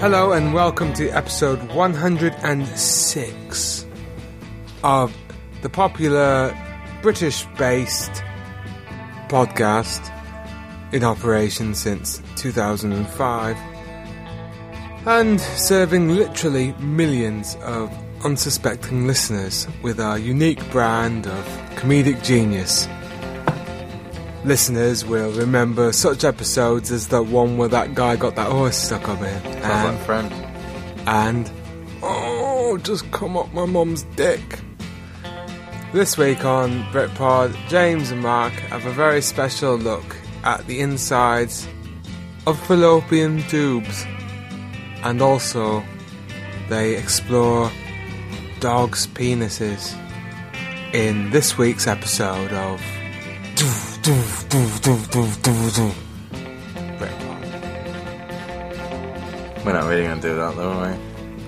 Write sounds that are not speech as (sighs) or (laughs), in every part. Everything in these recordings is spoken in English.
Hello and welcome to episode 106 of the popular British based podcast in operation since 2005 and serving literally millions of unsuspecting listeners with our unique brand of comedic genius. Listeners will remember such episodes as the one where that guy got that horse stuck up him. Sounds and- like friends. and oh, just come up my mum's dick. This week on Britpod, James and Mark have a very special look at the insides of fallopian tubes, and also they explore dogs' penises in this week's episode of Britpod. We're not really gonna do that though, are we?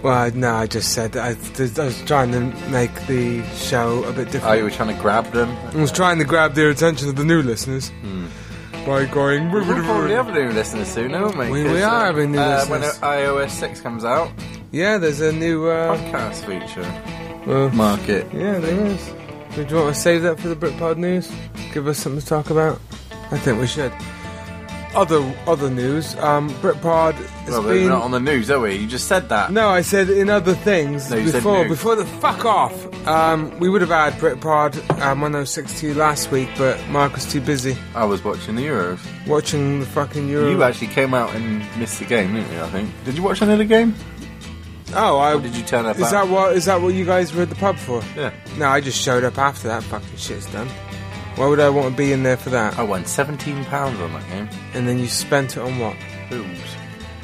Well, no, I just said that I, th- I was trying to make the show a bit Oh, different. you were trying to grab them? I was trying to grab their attention of the new listeners Hmm. by going. We'll probably have new listeners soon, haven't we? We- we 'Cause, are having new uh, When listeners. iOS 6 comes out, Yeah, there's a new. Uh, podcast feature. uh, Market. yeah, there is. Do you want to save that for the Britpod news? Give us something to talk about. I think we should. Other other news. Um, Britpod has Well, been. we're not on the news, are we? You just said that. No, I said in other things No, you said before. news. Before the fuck off, um, we would have had Britpod um, 1062 last week, but Mark was too busy I was watching the Euros. watching the fucking Euro. You actually came out and missed the game, didn't you, I think? Did you watch any of the game? oh, I. Or did you turn up Is that at- what? Is that what you guys were at the pub for? Yeah. No, I just showed up after that fucking shit's done. Why would I want to be in there for that? I won £17 on that game. And then you spent it on what? Boobs.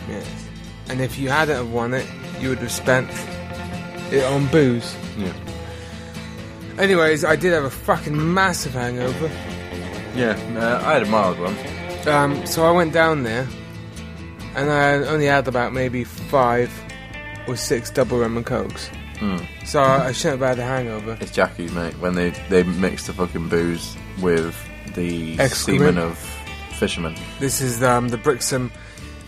Yes. And if you hadn't have won it, you would have spent it on booze. Yeah. Anyways, I did have a fucking massive hangover. Yeah, uh, I had a mild one. Um, so I went down there, and I only had about maybe five or six double rum and cokes. So I I shouldn't have had a hangover. It's Jackie's mate when they they mix the fucking booze with the Excrement. semen of fishermen. This is um, the Brixham.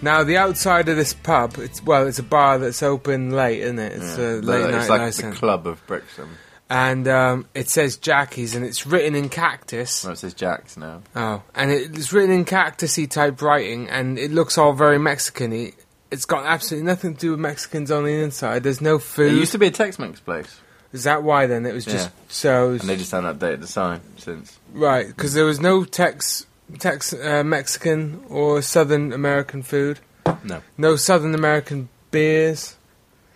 Now the outside of this pub, it's well, it's a bar that's open late, isn't it? It's a Yeah. late But night it's like license. the club of Brixham. and um, it says Jackie's, and it's written in cactus. No, it says Jack's now. Oh, and it's written in cactusy type writing, and it looks all very Mexican-y. It's got absolutely nothing to do with Mexicans on the inside. There's no It food. used to be a Tex-Mex place, Is that why then? It was just so and they just haven't updated the sign since. right because there was no Tex, Tex uh, Mexican or Southern American food, No, no Southern American beers,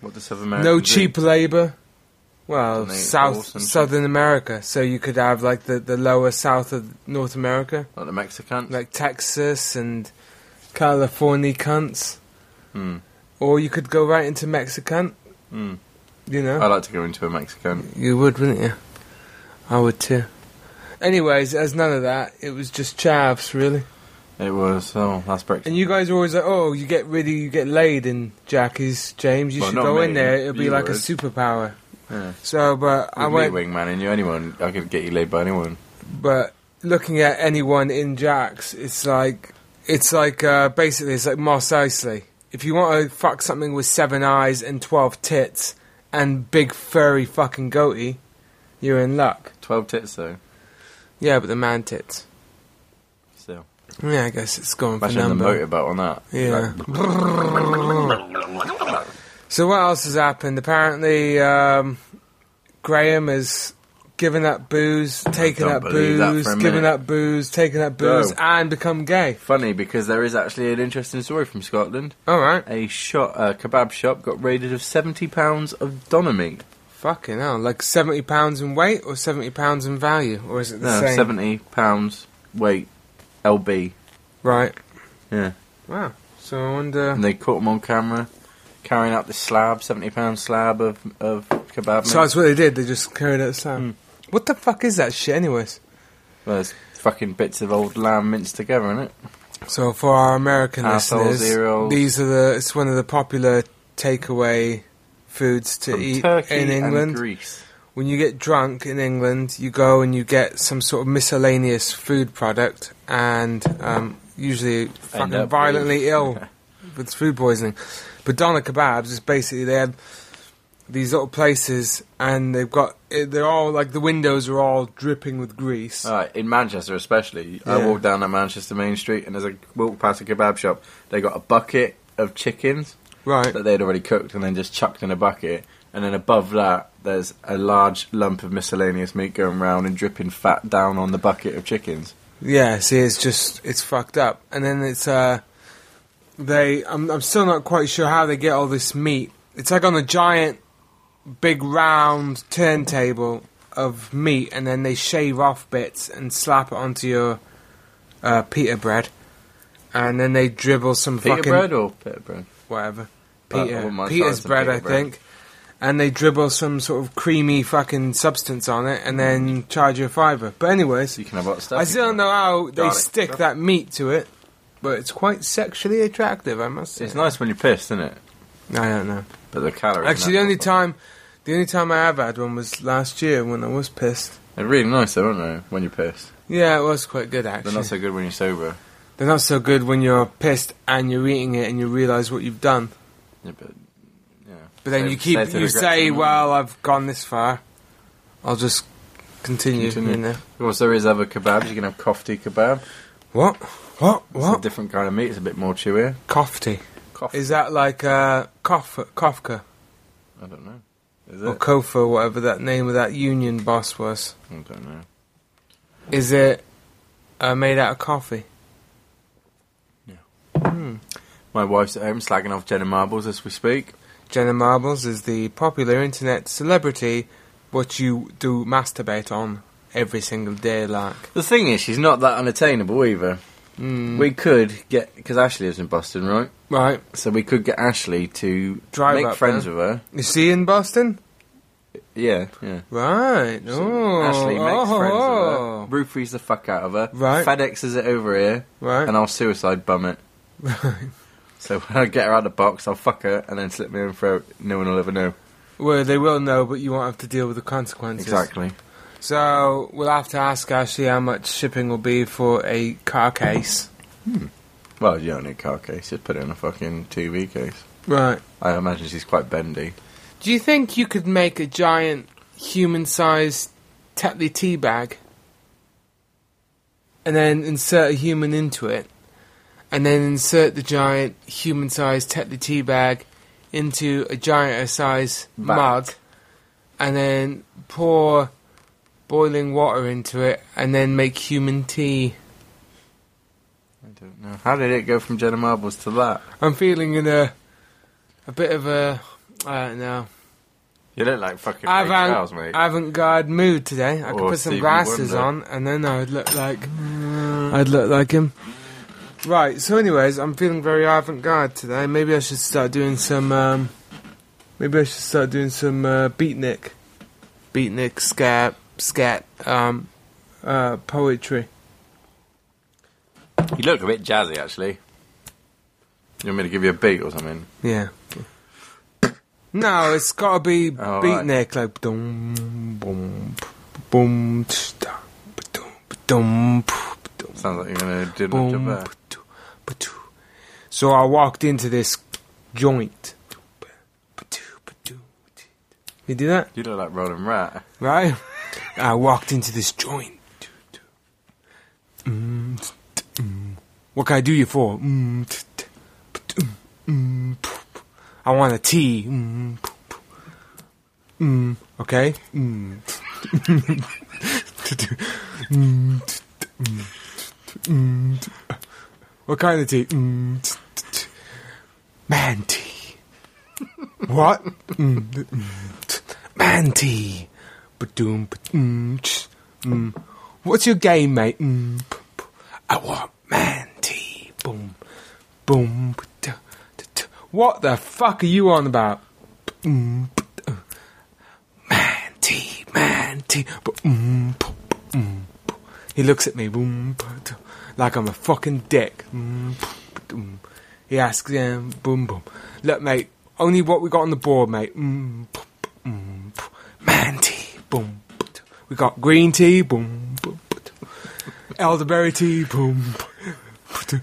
what does South America? no cheap labor. Well, And they eat horse South and shit. Southern America, so you could have like the the lower south of North America, Not the Mexicans. like Texas and California cunts, Hmm. or you could go right into Mexican. Mm. You know, I like to go into a Mexican. You would, wouldn't you? I would too. Anyways, as none of that, it was just chavs, really. It was oh, that's Brixham. And you guys were always like, "Oh, you get really, you get laid in Jackie's, James. You Well, should not go me, in there. It'll be you like a would. superpower." yeah. So, but I I went, wingman and you anyone. I could get you laid by anyone. but looking at anyone in Jack's, it's like, it's like uh, basically, it's like Moss Isley. If you want to fuck something with seven eyes and twelve tits and big furry fucking goatee, you're in luck. Twelve tits though. Yeah, but the man tits. Still, Yeah, I guess it's going for imagine the number. motorboat on that. Yeah. (laughs) so what else has happened? Apparently, um, Graham has given up booze, taken don't up believe that for a booze, minute. given up booze, taken up booze, No. and become gay. Funny because there is actually an interesting story from Scotland. All right, A shop, a kebab shop, got raided of seventy pounds of doner meat. fucking hell! Like seventy pounds in weight or seventy pounds in value, or is it the No, same? seventy pounds weight, lb. Right. Yeah, Wow. So I wonder. and they caught them on camera carrying out this slab, seventy pound slab of of kebab meat. So that's what they did. They just carried it aside. Hmm. What the fuck is that shit, anyways? well, it's fucking bits of old lamb minced together, isn't it? So for our American Assholes, listeners, zeros. these are the it's one of the popular takeaway foods to From eat Turkey in and England. Greece. When you get drunk in England, you go and you get some sort of miscellaneous food product, and um, End usually fucking up violently with- (laughs) ill with food poisoning. But Donna Kebabs is basically they have these little places, and they've got eh, they're all like the windows are all dripping with grease. Uh, in Manchester, especially, I Yeah. walk down that Manchester main street, and as I walk past a kebab shop, they got a bucket of chickens right. that they'd already cooked and then just chucked in a bucket, and then above that, there's a large lump of miscellaneous meat going round and dripping fat down on the bucket of chickens. Yeah, see, it's just it's fucked up, and then it's uh, they I'm I'm still not quite sure how they get all this meat. It's like on a giant, big round turntable of meat, and then they shave off bits and slap it onto your uh, pita bread, and then they dribble some Peter fucking bread or pita bread? whatever Uh, pita I wouldn't mind Peter's trying some bread, pita I bread. think. And they dribble some sort of creamy fucking substance on it, and then charge you a fiver. But anyways, Mm. You can have other stuff. I you still don't can know how they garlic stick stuff. that meat to it, but it's quite sexually attractive, I must say. It's nice when you're pissed, isn't it? I don't know. But the calories. Actually, and the that- only time, the only time I have had one was last year when I was pissed. They're really nice, though, aren't they? When you're pissed, Yeah, it was quite good they're actually. not so good when you're sober. They're not so good when you're pissed and you're eating it and you realise what you've done. Yeah, but yeah. But then Save- you keep save the you regrets say, and- "Well, I've gone this far. I'll just continue." Continue. You know. Of course, there is other kebabs. You can have kofti kebab. What? What? It's a What? different kind of meat. It's a bit more chewier. Kofti. Kofti. Is that like uh, kof Kofka I don't know. Is it? or Kofa, whatever that name of that union boss was? I don't know. Is it uh, made out of coffee? My wife's at home slagging off Jenna Marbles as we speak. Jenna Marbles is the popular internet celebrity, what you do masturbate on every single day, like. The thing is, she's not that unattainable either. Mm. We could get because Ashley lives in Boston, right? right. So we could get Ashley to Drive make up friends there. with her. Is she in Boston? Yeah, yeah. Right. oh. Ashley makes oh, friends oh. with her. Roofies the fuck out of her. Right. FedExes it over here, Right. and I'll suicide bum it. So when I get her out of the box, I'll fuck her and then slip my own throat. No one will ever know. well, they will know, but you won't have to deal with the consequences. Exactly. So we'll have to ask Ashley how much shipping will be for a car case. Well, you don't need a car case. Just put it in a fucking TV case. Right. I imagine she's quite bendy. Do you think you could make a giant human-sized Tetley tea bag and then insert a human into it and then insert the giant human-sized Tetley tea bag into a giant size Mug. mug and then pour boiling water into it and then make human tea? I don't know. How did it go from Jenna Marbles to that? I'm feeling in a a bit of a I don't know. You look like fucking Ray Charles, Avant, mate. avant-garde mood today. I could Or put some Stevie glasses on, Wonder. and then I'd look like I'd look like him. Right. So, anyways, I'm feeling very avant-garde today. Maybe I should start doing some. Um, maybe I should start doing some uh, beatnik, beatnik scat scat um, uh, poetry. you look a bit jazzy, actually. You want me to give you a beat or something? Yeah. No, it's got to be Oh, right. beatnik, like boom, boom, boom, tsh, da, ba-dum, ba-dum, ba-dum. Sounds like you're going to do enough job Boom, there. ba-doo, ba-doo. So I walked into this joint. Ba-doo, ba-doo, ba-doo. You do that, You look like Roland Rat. right? I walked into this joint. Doo, doo. Mm, t- t- mm. What can I do you for? Mm, t- t- ba-doo, mm, poo, poo. I want a tea. Mm, poo, poo. Mm, okay. Mm. Mm, t- t- mm, t- mm, t- What kind of tea? Mm, t- t- t- Man tea. What? Mm, t- mm, t- Man tea. Ba-doom, ba-doom, ch- mm. What's your game, mate? Mm, p- p- I want man tea. Boom, boom. ba-da, da, da. What the fuck are you on about? Mm, ba-da. Man tea, man tea. Ba-mm, p- mm. He looks at me boom, ba-da, like I'm a fucking dick. Mm, ba-doom. He asks him, boom, boom. Look, mate, only what we got on the board, mate. Mm, p- p- mm, p- man tea, boom. p- t- We got green tea, boom. p- p- t- Elderberry tea, boom. p- p- t-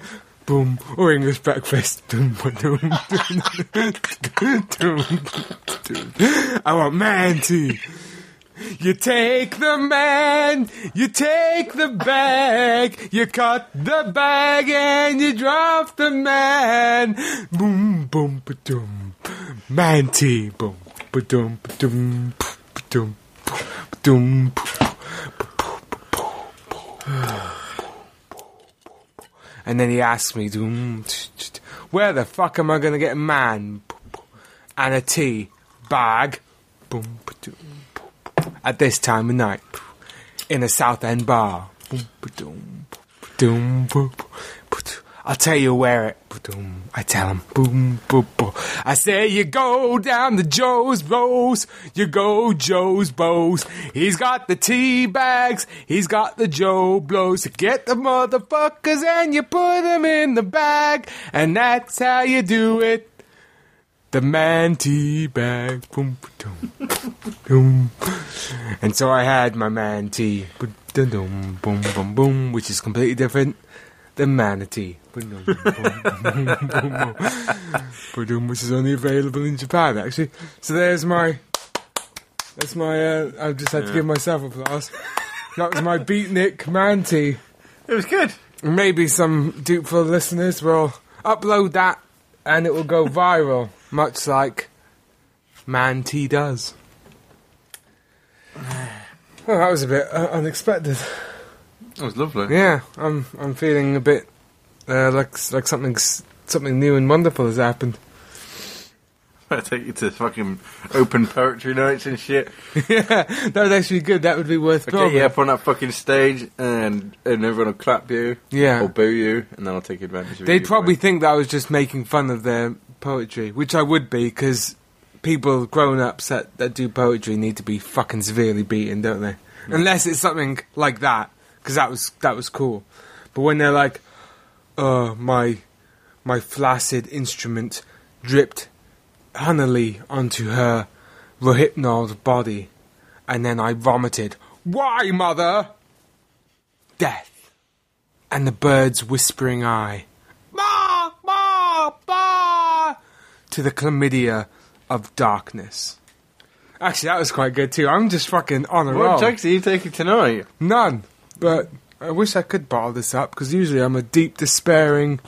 boom, or English breakfast. Dum, ba, dum, dum, dum, dum, dum. I want man tea. You take the man, you take the bag, you cut the bag and you drop the man. Boom, boom, ba dum. Man tea, boom, ba dum, ba dum, ba dum, ba dum. And then he asked me, "Dum, tch, tch, tch, where the fuck am I going to get a man and a tea bag boom, ba-doom, boom, at this time of night in a South End bar? Boom, ba-doom, boom, boom, ba-doom. I'll tell you where it. Boom, I tell him. Boom, boom, boom. I say you go down the Joe's Rose. You go Joe's Bows. He's got the tea bags. He's got the Joe blows. You get the motherfuckers and you put 'em in the bag. And that's how you do it. The man tea bag. Boom, boom, boom. And so I had my man tea. Boom, boom, boom, boom, boom, which is completely different than manatee. Boom, boom, boom, boom, boom, boom, boom, which is only available in Japan, actually. So there's my. That's my. Uh, I just had to give myself applause. That was my beatnik man tea. It was good. Maybe some dupeful listeners will upload that and it will (laughs) go viral, much like Man T does. Oh, that was a bit uh, unexpected. It was lovely. Yeah, I'm I'm feeling a bit uh, like like something's something new and wonderful has happened. (laughs) (laughs) I take you to fucking open poetry nights and shit. yeah, that would actually be good. That would be worth I filming. get you up on that fucking stage, and and everyone will clap you Yeah. or boo you, and then I'll take advantage of you. They'd probably think that I was just making fun of their poetry, which I would be, because people, grown ups that, that do poetry, need to be fucking severely beaten, don't they? Unless it's something like that, because that was that was cool. But when they're like, "Uh, my my flaccid instrument dripped Hannily onto her rohypnoled body, and then I vomited. Why, mother? Death. And the bird's whispering eye. Ma! Ma! Ma! To the chlamydia of darkness. Actually, that was quite good too. I'm just fucking on a roll. What drugs are you taking tonight? None. But I wish I could bottle this up because usually I'm a deep, despairing,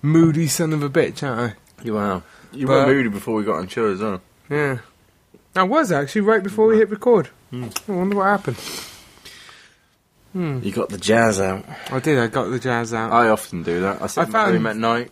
moody son of a bitch, aren't You are. You But- were moody before we got on show as well. I? Yeah. I was actually right before we hit record. I wonder what happened. Hmm. You got the jazz out. I did. I got the jazz out. I often do that. I sit I in my found- room at night,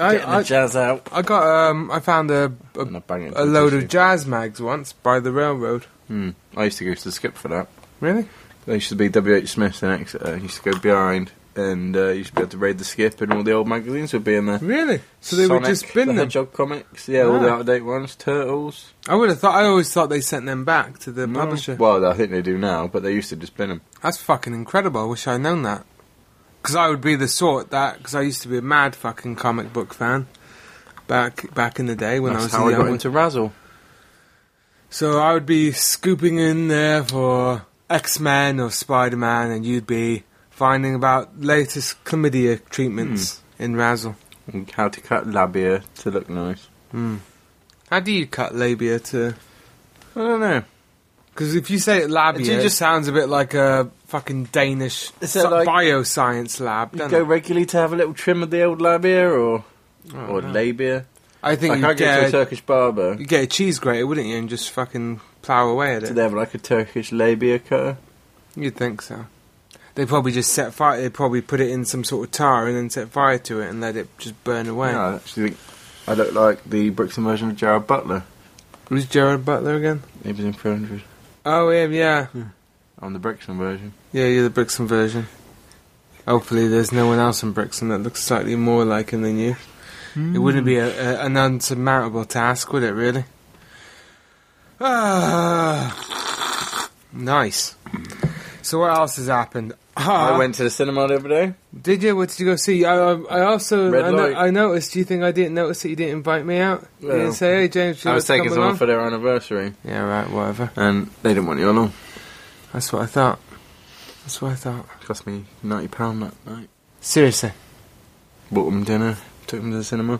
I getting I, the jazz out, I got um. I found a and I a, bang it. into a the load of tissue. jazz mags once by the railroad. Hmm. I used to go to the skip for that. Really? They used to be WH Smith in Exeter. I used to go behind and uh, used to be able to raid the skip, and all the old magazines would be in there. Really? So they Sonic, were just bin the them. Hedgehog comics, yeah, all the Ah. out of date ones, Turtles. Hmm. I would have thought. I always thought they sent them back to Mm. the publisher. Well, I think they do now, but they used to just bin them. That's fucking incredible. I wish I'd known that. Because I would be the sort that. Because I used to be a mad fucking comic book fan. Back back in the day when That's I how was I a got young into Razzle. So I would be scooping in there for X Men or Spider Man, and you'd be finding about latest chlamydia treatments Hmm. in Razzle. And how to cut labia to look nice. How do you cut labia to? I don't know. Because if you say labia, Do you it just- just sounds a bit like a fucking Danish Is it so- like- bioscience lab. You Don't go it? regularly to have a little trim of the old labia or Oh, or no. labia. I think Like I you go to a get a, Turkish barber. you get a cheese grater, wouldn't you, and just fucking plow away at Do it. they have like a Turkish labia cutter? You'd think so. They probably just set fire. They probably put it in some sort of tar and then set fire to it and let it just burn away. No, I actually think I look like the Brixton version of Gerard Butler. Who's Gerard Butler again? He was in 300. Oh, him, yeah. I'm the Brixton version. Yeah, you're the Brixton version. Hopefully, there's no one else in Brixton that looks slightly more like him than you. It wouldn't be a, a, an unsurmountable task, would it, really? Ah, nice. So, what else has happened? Ah, I went to the cinema the other day. Did you? What did you go see? I, I I also Red I, no, light. I noticed. Do you think I didn't notice that you didn't invite me out? you Well, didn't say, "Hey, James, do you I want was to come taking someone along?" for their anniversary, Yeah, right. Whatever. and they didn't want you along. That's what I thought. That's what I thought. Cost me ninety pound that night. Seriously. Bought him dinner. Took him to the cinema.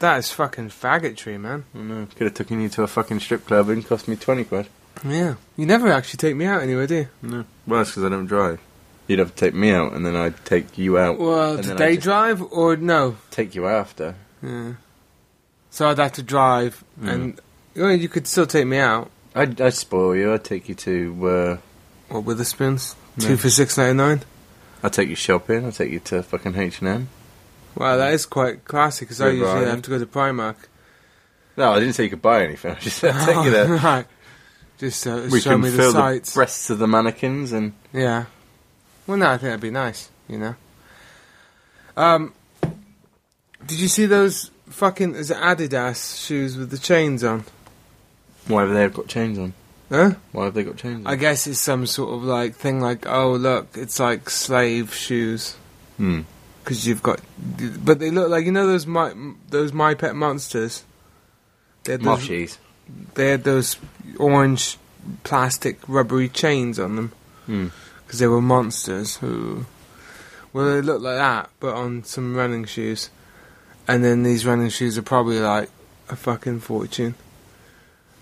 That is fucking faggotry, man. I know. Could have taken you to a fucking strip club and cost me 20 quid. Yeah. You never actually take me out anywhere, do you? No. Well, that's because I don't drive. You'd have to take me out and then I'd take you out. Well, And the then I day just- drive or no? Take you after. Yeah. So I'd have to drive, Mm. and well, you could still take me out. I'd, I'd spoil you. I'd take you to. Uh, What Witherspoons? Yeah. Two for six ninety nine. I'd take you shopping. I'd take you to fucking H&M. Wow, that is quite classy because I Good usually ride. have to go to Primark. No, I didn't say you could buy anything. (laughs) I just said (laughs) take you (laughs) there. right. Just uh, We show can me the fill the, sights. breasts of the mannequins and yeah. Well, no, I think that'd be nice. You know. Um. Did you see those fucking is it Adidas shoes with the chains on? why have they got chains on? Huh? Why have they got chains on? I guess it's some sort of like thing like oh look, it's like slave shoes Hmm. because you've got, but they look like you know those my those my pet monsters. They had those- Moshies. they had those orange plastic rubbery chains on them Hmm. because they were monsters who well they look like that but on some running shoes and then these running shoes are probably like a fucking fortune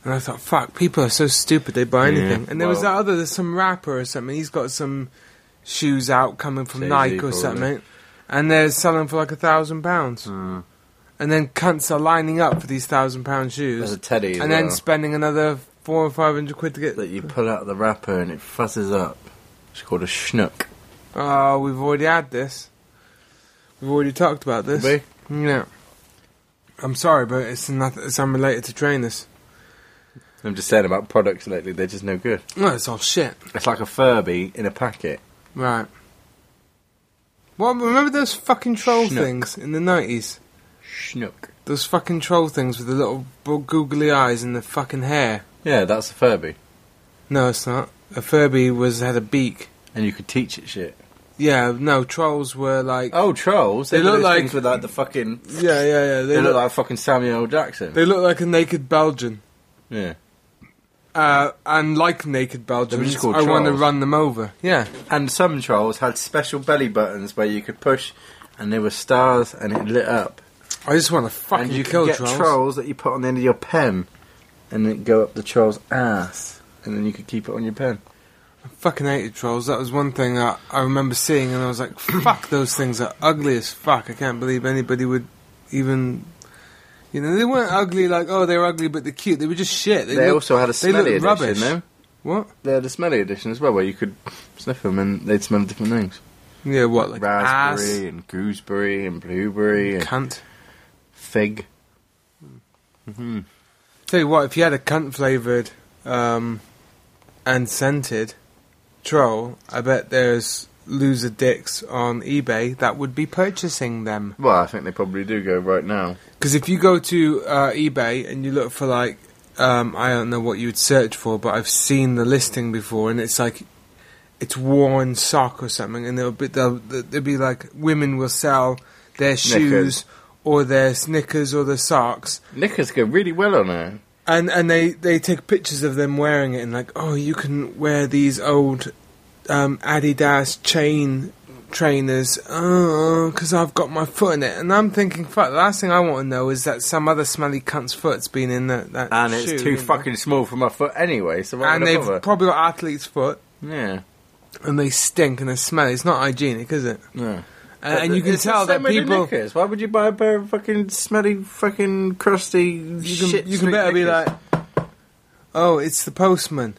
and i thought fuck people are so stupid they buy Yeah, anything and there was well- that other there's some rapper or something he's got some shoes out coming from Jay-Z nike or probably. something and they're selling for like a thousand pounds Hmm. and then cunts are lining up for these thousand pound shoes There's a teddy as and well, then spending another four or five hundred quid to get. that you pull out of the wrapper and it fuzzes up. It's called a schnook. Oh, we've already had this. We've already talked about this. Be? Yeah. I'm sorry, but it's nothing. It's unrelated to trainers. I'm just saying about products lately, they're just no good. No, it's all shit. It's like a Furby in a packet. Right. Well, remember those fucking troll Schnook. things in the nineties? Schnook. Those fucking troll things with the little bu- googly eyes and the fucking hair. Yeah, that's a Furby. No, it's not. A Furby was had a beak. And you could teach it shit. Yeah, no, trolls were like. Oh, trolls. They, They look look like- things with like the fucking. Yeah, yeah, yeah. They, They, look, look, like fucking Samuel L. Jackson. they look like a naked Belgian. yeah. Uh, and like naked They were Belgians, just called I want to trolls. run them over. Yeah, And some trolls had special belly buttons where you could push, and there were stars, and it lit up. I just want to fucking and you kill could get trolls. trolls. that you put on the end of your pen, and then go up the troll's ass, and then you could keep it on your pen. I fucking hated trolls. That was one thing that I remember seeing, and I was like, (clears throat) "Fuck, those things are ugly as fuck." I can't believe anybody would even. You know, they weren't ugly like, oh, they were ugly, but they're cute. They were just shit. They, looked- also had a they looked smelly edition, rubbish. though. What? They had a smelly edition as well, where you could sniff them and they'd smell different things: Yeah, what? Like raspberry and gooseberry and blueberry ass, and cunt. fig. Tell you what, if you had a cunt flavored um, and scented troll, I bet there's loser dicks on eBay that would be purchasing them. Well, I think they probably do go right now. Because if you go to uh, eBay and you look for like, um, I don't know what you would search for, but I've seen the listing before, and it's like, it's worn sock or something, and there'll be there'll, there'll be like women will sell their shoes or their Snickers or their socks, Knickers go really well on there. and and they they take pictures of them wearing it and like oh you can wear these old um, Adidas chain trainers oh because I've got my foot in it and I'm thinking fuck the last thing I want to know is that some other smelly cunt's foot's been in that that And shoe, it's you too know? fucking small for my foot anyway, so why and would I they've bother? probably got athlete's foot yeah, and they stink and they smell it's not hygienic is it no. and, Uh, and you can It's the tell that same with the people knickers. Why would you buy a pair of fucking smelly, fucking crusty you can, shit? you can street better be knickers? like, oh, it's the postman.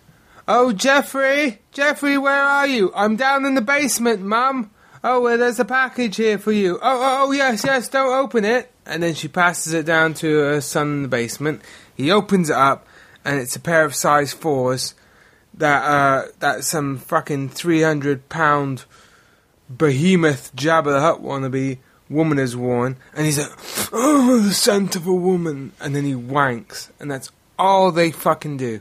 Oh, Jeffrey, Jeffrey, where are you? I'm down in the basement, Mum. Oh, well, there's a package here for you. Oh, oh, oh, yes, yes, don't open it. And then she passes it down to her son in the basement. He opens it up, and it's a pair of size fours that uh, that some fucking three hundred pound behemoth Jabba the Hutt wannabe woman has worn, and he's like, "Oh, the scent of a woman," and then he wanks, and that's all they fucking do.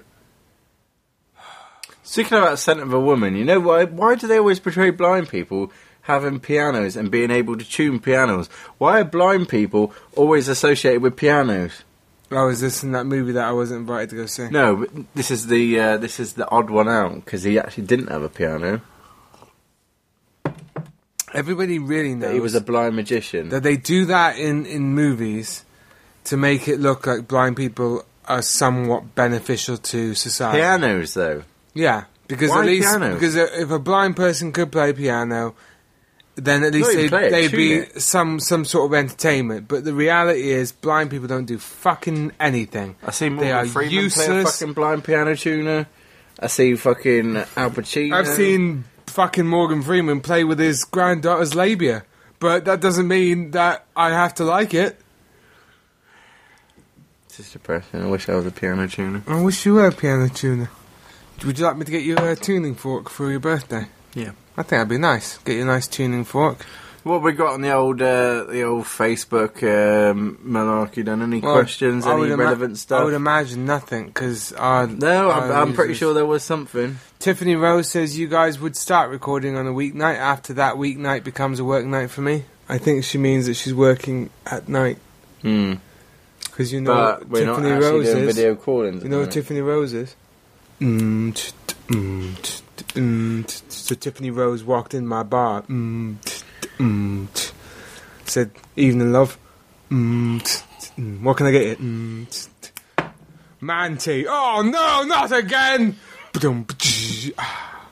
Speaking about scent of a woman, you know why? Why do they always portray blind people having pianos and being able to tune pianos? Why are blind people always associated with pianos? Oh, is this in that movie that I wasn't invited to go see? No, but this is the uh, this is the odd one out because he actually didn't have a piano. Everybody really knows That he was a blind magician. that they do that in, in movies to make it look like blind people are somewhat beneficial to society. Pianos, though. Yeah, because Why at least piano? because if a blind person could play piano, then at least even they'd, play it, they'd tune be it. some some sort of entertainment. But the reality is, blind people don't do fucking anything. I see They are Morgan Freeman play a useless. fucking blind piano tuner. I see fucking Al Pacino. I've seen fucking Morgan Freeman play with his granddaughter's labia, but that doesn't mean that I have to like it. It's just depressing. I wish I was a piano tuner. I wish you were a piano tuner. Would you like me to get you a tuning fork for your birthday? Yeah. I think that'd be nice. Get you a nice tuning fork. What we got on the old uh, the old Facebook um, malarkey? Done any questions? I Any would ima- relevant I stuff? would imagine nothing because our no, I'm, our I'm pretty users- sure there was something. Tiffany Rose says you guys would start recording on a weeknight. After that, weeknight becomes a work night for me. I think she means that she's working at night Hmm. because you know But what we're not Tiffany actually Rose doing is. video calling. You know what Tiffany Rose is? Mm, t- t- mm, t- t- mm, t- t- So Tiffany Rose walked in my bar. Mm, t- t- mm, t- Said, "Evening, love. Mm, t- t- mm, What can I get you? Mm, t- t- Manty. Oh no, not again!" Ba-dum, ba-tsh, ah.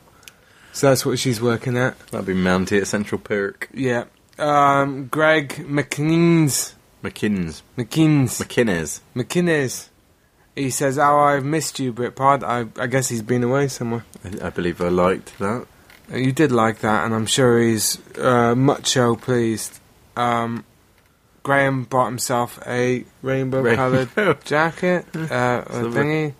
So that's what she's working at. That'd be Mounty at Central Perk. Yeah. Um, Greg McKeans. McKinns. McKeans. McKinnes. McInnes. He says, "How I've missed you, Britpod." I, I guess he's been away somewhere. I, I believe I liked that. Uh, You did like that, and I'm sure he's uh, mucho pleased. Um, Graham bought himself a (laughs) rainbow-coloured Rainbow. jacket uh, a lovely. thingy.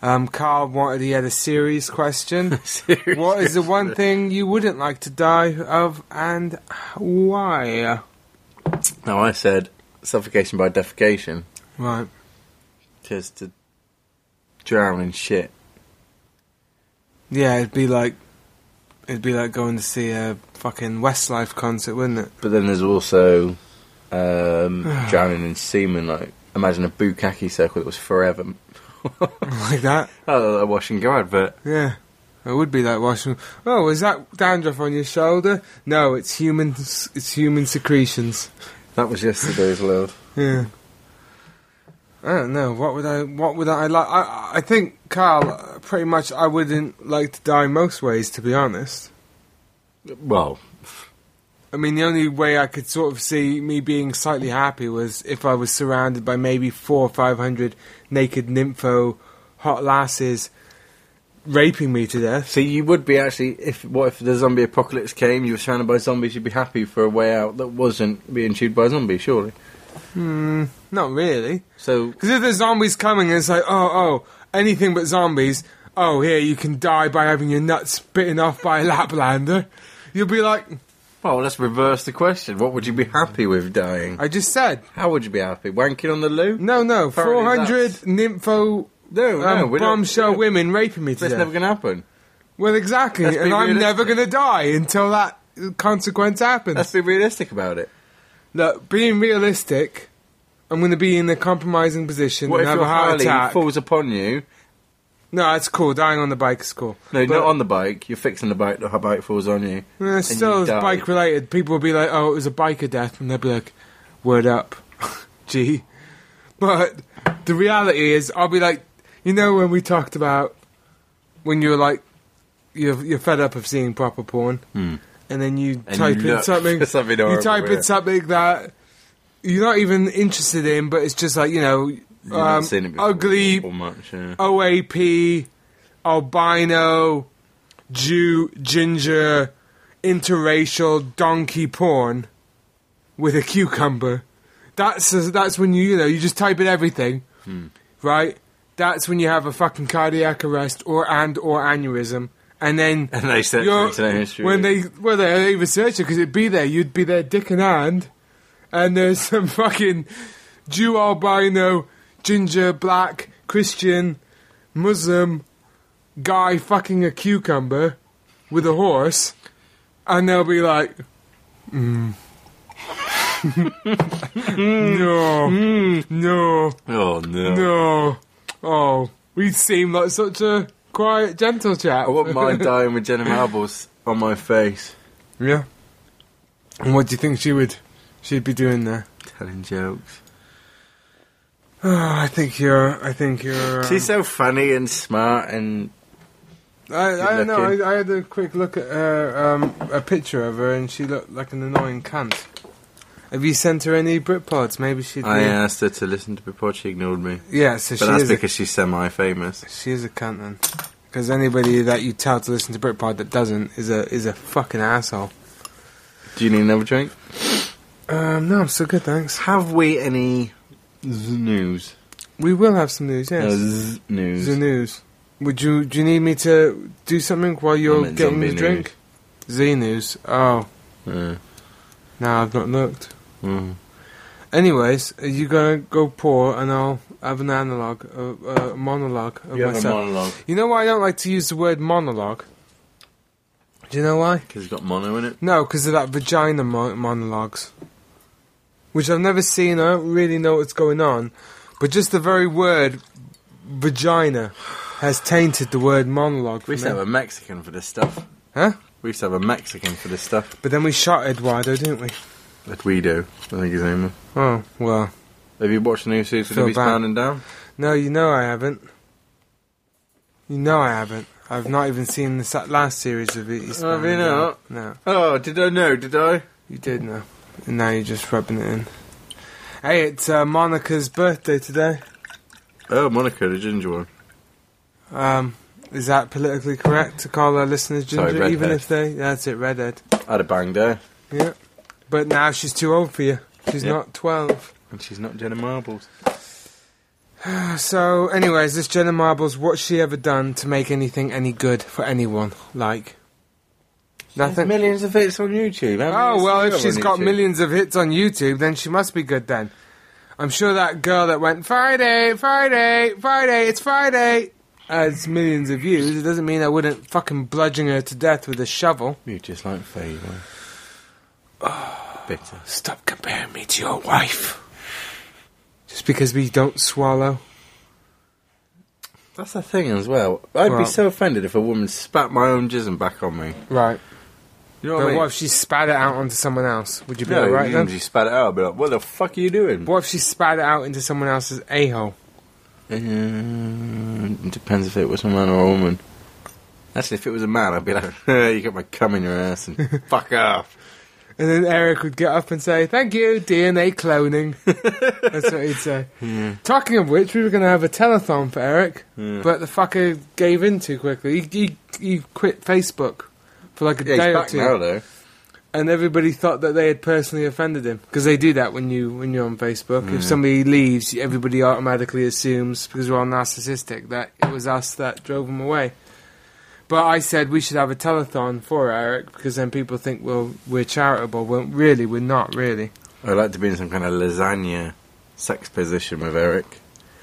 Um, Carl wanted he had a series (laughs) question. Seriously. what is the one thing you wouldn't like to die of, and why? No, I said suffocation by defecation. Right. Just to drown in shit. Yeah, it'd be like it'd be like going to see a fucking Westlife concert, wouldn't it? (laughs) But then there's also um, drowning in semen. Like imagine a bukkake circle that was forever. like that. Oh, a wash and go advert. Yeah. It would be like washing. Oh, is that dandruff on your shoulder? No, it's human. It's human secretions. That was yesterday's load. Yeah. I don't know. What would I? What would I like? I, I think Carl. uh, Pretty much, I wouldn't like to die most ways, to be honest. Well, I mean, the only way I could sort of see me being slightly happy was if I was surrounded by maybe four or five hundred naked nympho, hot lasses, raping me to death. see, you would be actually if what if the zombie apocalypse came? You were surrounded by zombies. You'd be happy for a way out that wasn't being chewed by a zombie, surely. Hmm. Not really. So Because if there's zombies coming, it's like, oh, oh, anything but zombies. Oh, here, you can die by having your nuts bitten off by a (laughs) Laplander. You'll be like, well, let's reverse the question. What would you be happy with dying? I just said. How would you be happy? Wanking on the loo? No, no, Apparently 400 that's- nympho Oh, No, um, we're not- bombshell women raping me That's today. never going to happen. well, exactly, Let's be and I'm never realistic. going to die until that consequence happens. Let's be realistic about it. Look, being realistic, I'm going to be in a compromising position What and if have your a heart Harley attack. falls upon you? No, it's cool. Dying on the bike is cool. No, But- not on the bike. You're fixing the bike. The bike falls on you. Yeah, and still, you it's die. bike related. People will be like, "Oh, it was a biker death," and they'll be like, "Word up, (laughs) gee." But the reality is, I'll be like, you know, when we talked about when you're like, you're you're fed up of seeing proper porn, Hmm. and then you And type in you look something, (laughs) for something you horrible, type yeah. in something that you're not even interested in, but it's just like you know, You've not um, seen it before, ugly or much, yeah. (laughs) OAP, albino, Jew, ginger, interracial donkey porn with a cucumber. That's that's when you you know you just type in everything, right? That's when you have a fucking cardiac arrest or and or aneurysm, and then And they search you're- for it to their history. when they well they even search it because it'd be there. You'd be there, dick in hand, and there's (laughs) some fucking Jew albino, ginger, black, Christian, Muslim guy fucking a cucumber with a horse, and they'll be like. Mm. (laughs) no, no, oh no. no. Oh, we seem like such a quiet, gentle chap. I wouldn't mind dying with Jenna Marbles on my face. Yeah. And what do you think she would she'd be doing there? Telling jokes. Oh, I think you're. I think you're. Um, She's so funny and smart and I, I don't know. looking. I, I had a quick look at her, um, a picture of her, and she looked like an annoying cunt. Have you sent her any Britpods? Maybe she'd. I be- asked her to listen to Bipod, she ignored me. Yeah, so But she that's is. because she's semi famous. a, she is a cunt then. Because anybody that you tell to listen to Britpod that doesn't is a is a fucking asshole. Do you need another drink? Um, no, I'm still good, thanks. Have we any z- news? We will have some news. Yes, No, z- news. the news. Would you? Do you need me to do something while you're meant getting zombie the drink? Z news. Oh, Uh, no, I've not looked. mm. Anyways, are you gonna go pour and I'll have an analog, a, a monologue of You have a myself? monologue. you know why I don't like to use the word monologue? Do you know why? Because it's got mono in it. No, because of that vagina mo- monologues, which I've never seen. I don't really know what's going on, but just the very word vagina has tainted the word monologue. For We used to have me. a Mexican for this stuff. Huh? We used to have a Mexican for this stuff. But then we shot Eduardo, didn't we? That we do. I think his name is. Oh well. Have you watched the new season Feel of He's bad. Pounding Down? No, you know I haven't. You know I haven't. I've not even seen the sa- last series of it. Eastbound Oh, have you and Down. not? No, Oh, did I know? Did I? you did know. And now you're just rubbing it in. Hey, it's uh, Monica's birthday today. Oh, Monica, the ginger one. Um, is that politically correct to call our listeners Sorry, ginger, even redhead. if they? That's it, redhead. I had a bang there. Yeah. But now she's too old for you. She's Yep. not 12. And she's not Jenna Marbles. So, anyways, this Jenna Marbles, what's she ever done to make anything any good for anyone? Like, nothing. Millions of hits on YouTube. Oh well, if she's got millions. millions of hits on YouTube, then she must be good. Then I'm sure that girl that went Friday, Friday, Friday, it's Friday has millions of views. It doesn't mean I wouldn't fucking bludgeon her to death with a shovel. You just like Faye, (sighs) Bitter. Stop comparing me to your wife. Just because we don't swallow. That's the thing as well. I'd Well- be so offended if a woman spat my own jism back on me. Right. You know what But I mean? what if she spat it out onto someone else? Would you be Oh, no, alright even then? if she spat it out, I'd be like, what the fuck are you doing? What if she spat it out into someone else's a hole? Um, it depends if it was a man or a woman. Actually, if it was a man, I'd be like, (laughs) you got my cum in your ass (laughs) and fuck off. And then Eric would get up and say, Thank you, DNA cloning. (laughs) That's what he'd say. Talking of which, we were going to have a telethon for Eric, Yeah. but the fucker gave in too quickly. He, he, he quit Facebook for like a Yeah, day he's or back two. now, though. and everybody thought that they had personally offended him because they do that when you when you're on Facebook. If somebody leaves, everybody automatically assumes because we're all narcissistic that it was us that drove them away. But I said we should have a telethon for Eric because then people think well we're charitable. Well, really, we're not really. I'd like to be in some kind of lasagna sex position with Eric.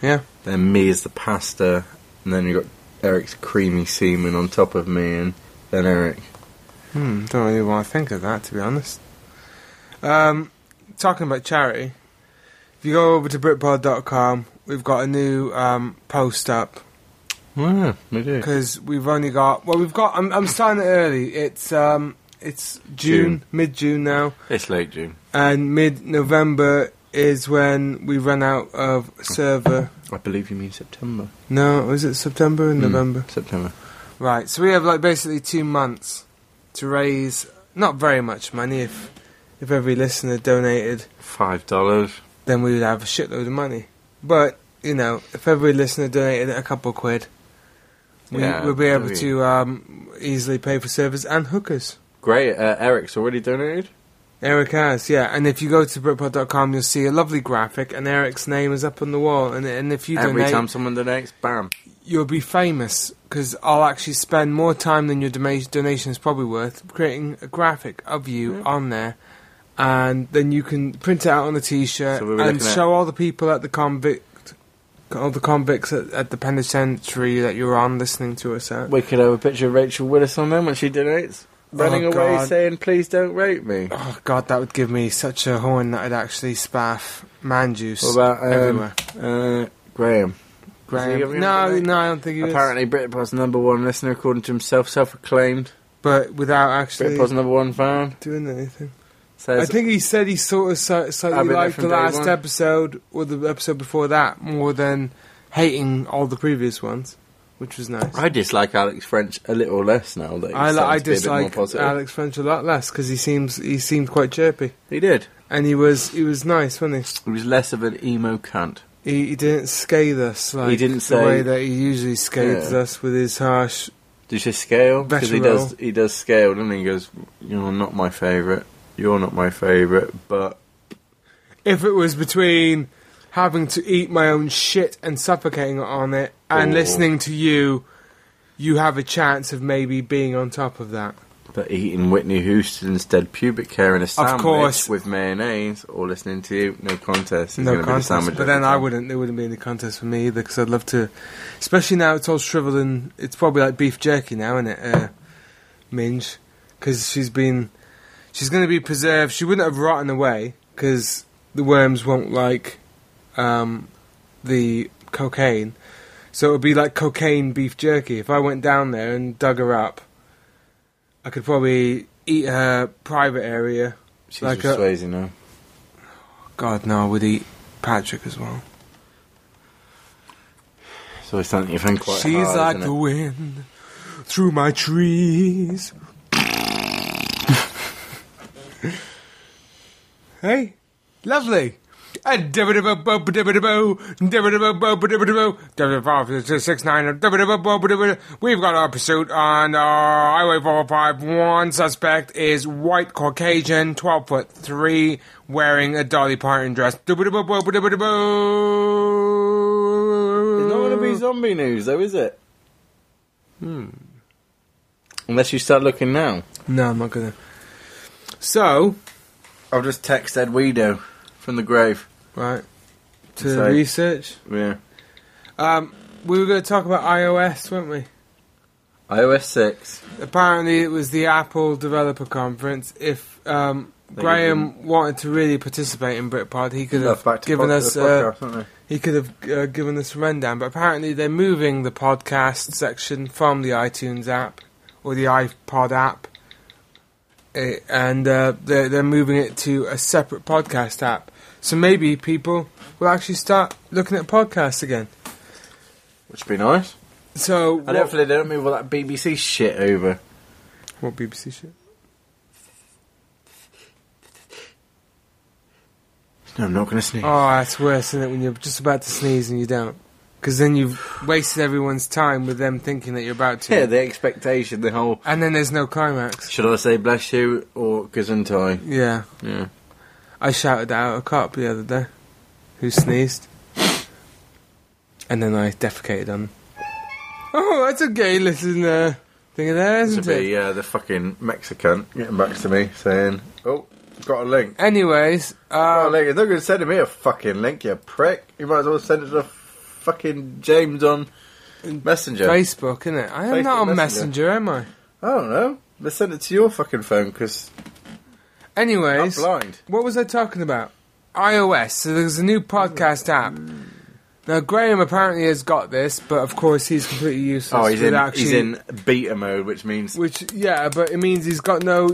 Yeah. Then me as the pasta, and then you got Eric's creamy semen on top of me, and then Eric. Hmm, don't really want to think of that, to be honest. Um, talking about charity, if you go over to Britpod.com, we've got a new um, post up Wow, (laughs) we do. because we've only got well, we've got. I'm, I'm starting it early. It's um, it's June, June. mid June now, It's late June. and mid November is when we run out of server. I believe you mean September. No, is it September and November? Mm, September. Right. So we have like basically two months to raise not very much money. If if every listener donated, Five dollars. then we would have a shitload of money. But you know, if every listener donated a couple quid. We, Yeah, we'll be able maybe. to um, easily pay for servers and hookers. Great. Uh, Eric's already donated. Eric has, yeah. And if you go to Britpod.com, you'll see a lovely graphic, and Eric's name is up on the wall. And, and if you Every donate, time someone donates, bam. you'll be famous because I'll actually spend more time than your doma- donation is probably worth creating a graphic of you Yeah. on there. And then you can print it out on a T-shirt So we'll be and looking at- show all the people at the convict, all the convicts at, at the penitentiary that you're on, listening to us at. We could have a picture of Rachel Willis on there when she donates, running away Oh, God. saying, "Please don't rape me." Oh God, that would give me such a horn that I'd actually spaff man juice What about um, everywhere. Uh, Graham. Is he Graham. having No, another no, I don't think he Apparently, Britpod's number one listener, according to himself, self-acclaimed. is. But without actually Britpod's number one fan. doing anything. So I it's- think he said he sort of so, I've slightly been there liked from the day last one. episode or the episode before that more than hating all the previous ones, which was nice. I dislike Alex French a little less now. That he's I, li- starting I to be a bit more dislike positive. Alex French a lot less because he seems he seemed quite chirpy He did. and he was he was nice, wasn't he? He was less of an emo cunt. He, he didn't scathe us like He didn't the say- way that he usually scathes Yeah. us with his harsh. Did you say scale? Because he Bechamel. does. He does scale, doesn't he? He goes, "You're not my favourite. You're not my favourite." But If it was between having to eat my own shit and suffocating on it and Ooh. listening to you, you have a chance of maybe being on top of that. but eating Whitney Houston's dead pubic hair in a sandwich course. with mayonnaise, or listening to you, no contest. It's No gonna be the contest, sandwich but every then I time. wouldn't. There wouldn't be any contest for me either because I'd love to, especially now it's all shriveled and it's probably like beef jerky now, isn't it, uh, Minge? Because she's been, she's going to be preserved. She wouldn't have rotten away because the worms won't like um, the cocaine, so it would be like cocaine beef jerky. If I went down there and dug her up, I could probably eat her private area. She's like uh, with a- Swayze now. God, no, I would eat Patrick as well. So it's something you think quite She's hard, like isn't the it? wind through my trees. hey, lovely. And dibbidi-bo-bo, dibbidi-bo, dibbidi-bo-bo, dibbidi-bo, dibbidi-bo-bo-six-nine, dibbidi-bo-bo-bo-dibbidi-bo. We've got our pursuit on uh, Highway 451. Suspect is white Caucasian, 12 foot 3, wearing a Dolly Parton dress. Dibbidi-bo-bo, dibbidi-bo. It's not going to be zombie news, though, is it? Hmm. Unless you start looking now. No, I'm not gonna. So, I'll just text Ed Wedo from the grave. right to So- research. Yeah. Um, we were going to talk about iOS, weren't we? iOS six. Apparently, it was the Apple Developer Conference. If um, They Graham wanted to really participate in Britpod, he could have given us uh, he could have uh, given us a rundown. But apparently, they're moving the podcast section from the iTunes app or the iPod app, eh, and uh, they're they're moving it to a separate podcast app. So maybe people will actually start looking at podcasts again. which would be nice. So And what, hopefully they don't move all that BBC shit over. what BBC shit? No, I'm not going to sneeze. Oh, that's worse, isn't it? When you're just about to sneeze and you don't, because then you've wasted everyone's time with them thinking that you're about to, yeah, the expectation, the whole. and then there's no climax. Should I say bless you or gesundheit? Yeah. Yeah. I shouted that out at a cop the other day who sneezed. And then I defecated on them. Oh, that's a gay little uh, thing of there, To isn't it? be uh, the fucking Mexican getting back to me saying, "Oh, got a Um, link." Anyways, Oh, uh, link. It's not going to send me a fucking link, you prick. You might as well send it to the fucking James on Messenger. Facebook, innit? I am Facebook not on Messenger. Messenger, am I? I don't know. Let's send it to your fucking phone because I'm Anyways, blind. what was I talking about? iOS. So there's a new podcast Mm. app. Now, Graham apparently has got this, but of course he's completely useless. Oh, he's with in, actually, he's in beta mode, which means Which yeah, but it means he's got no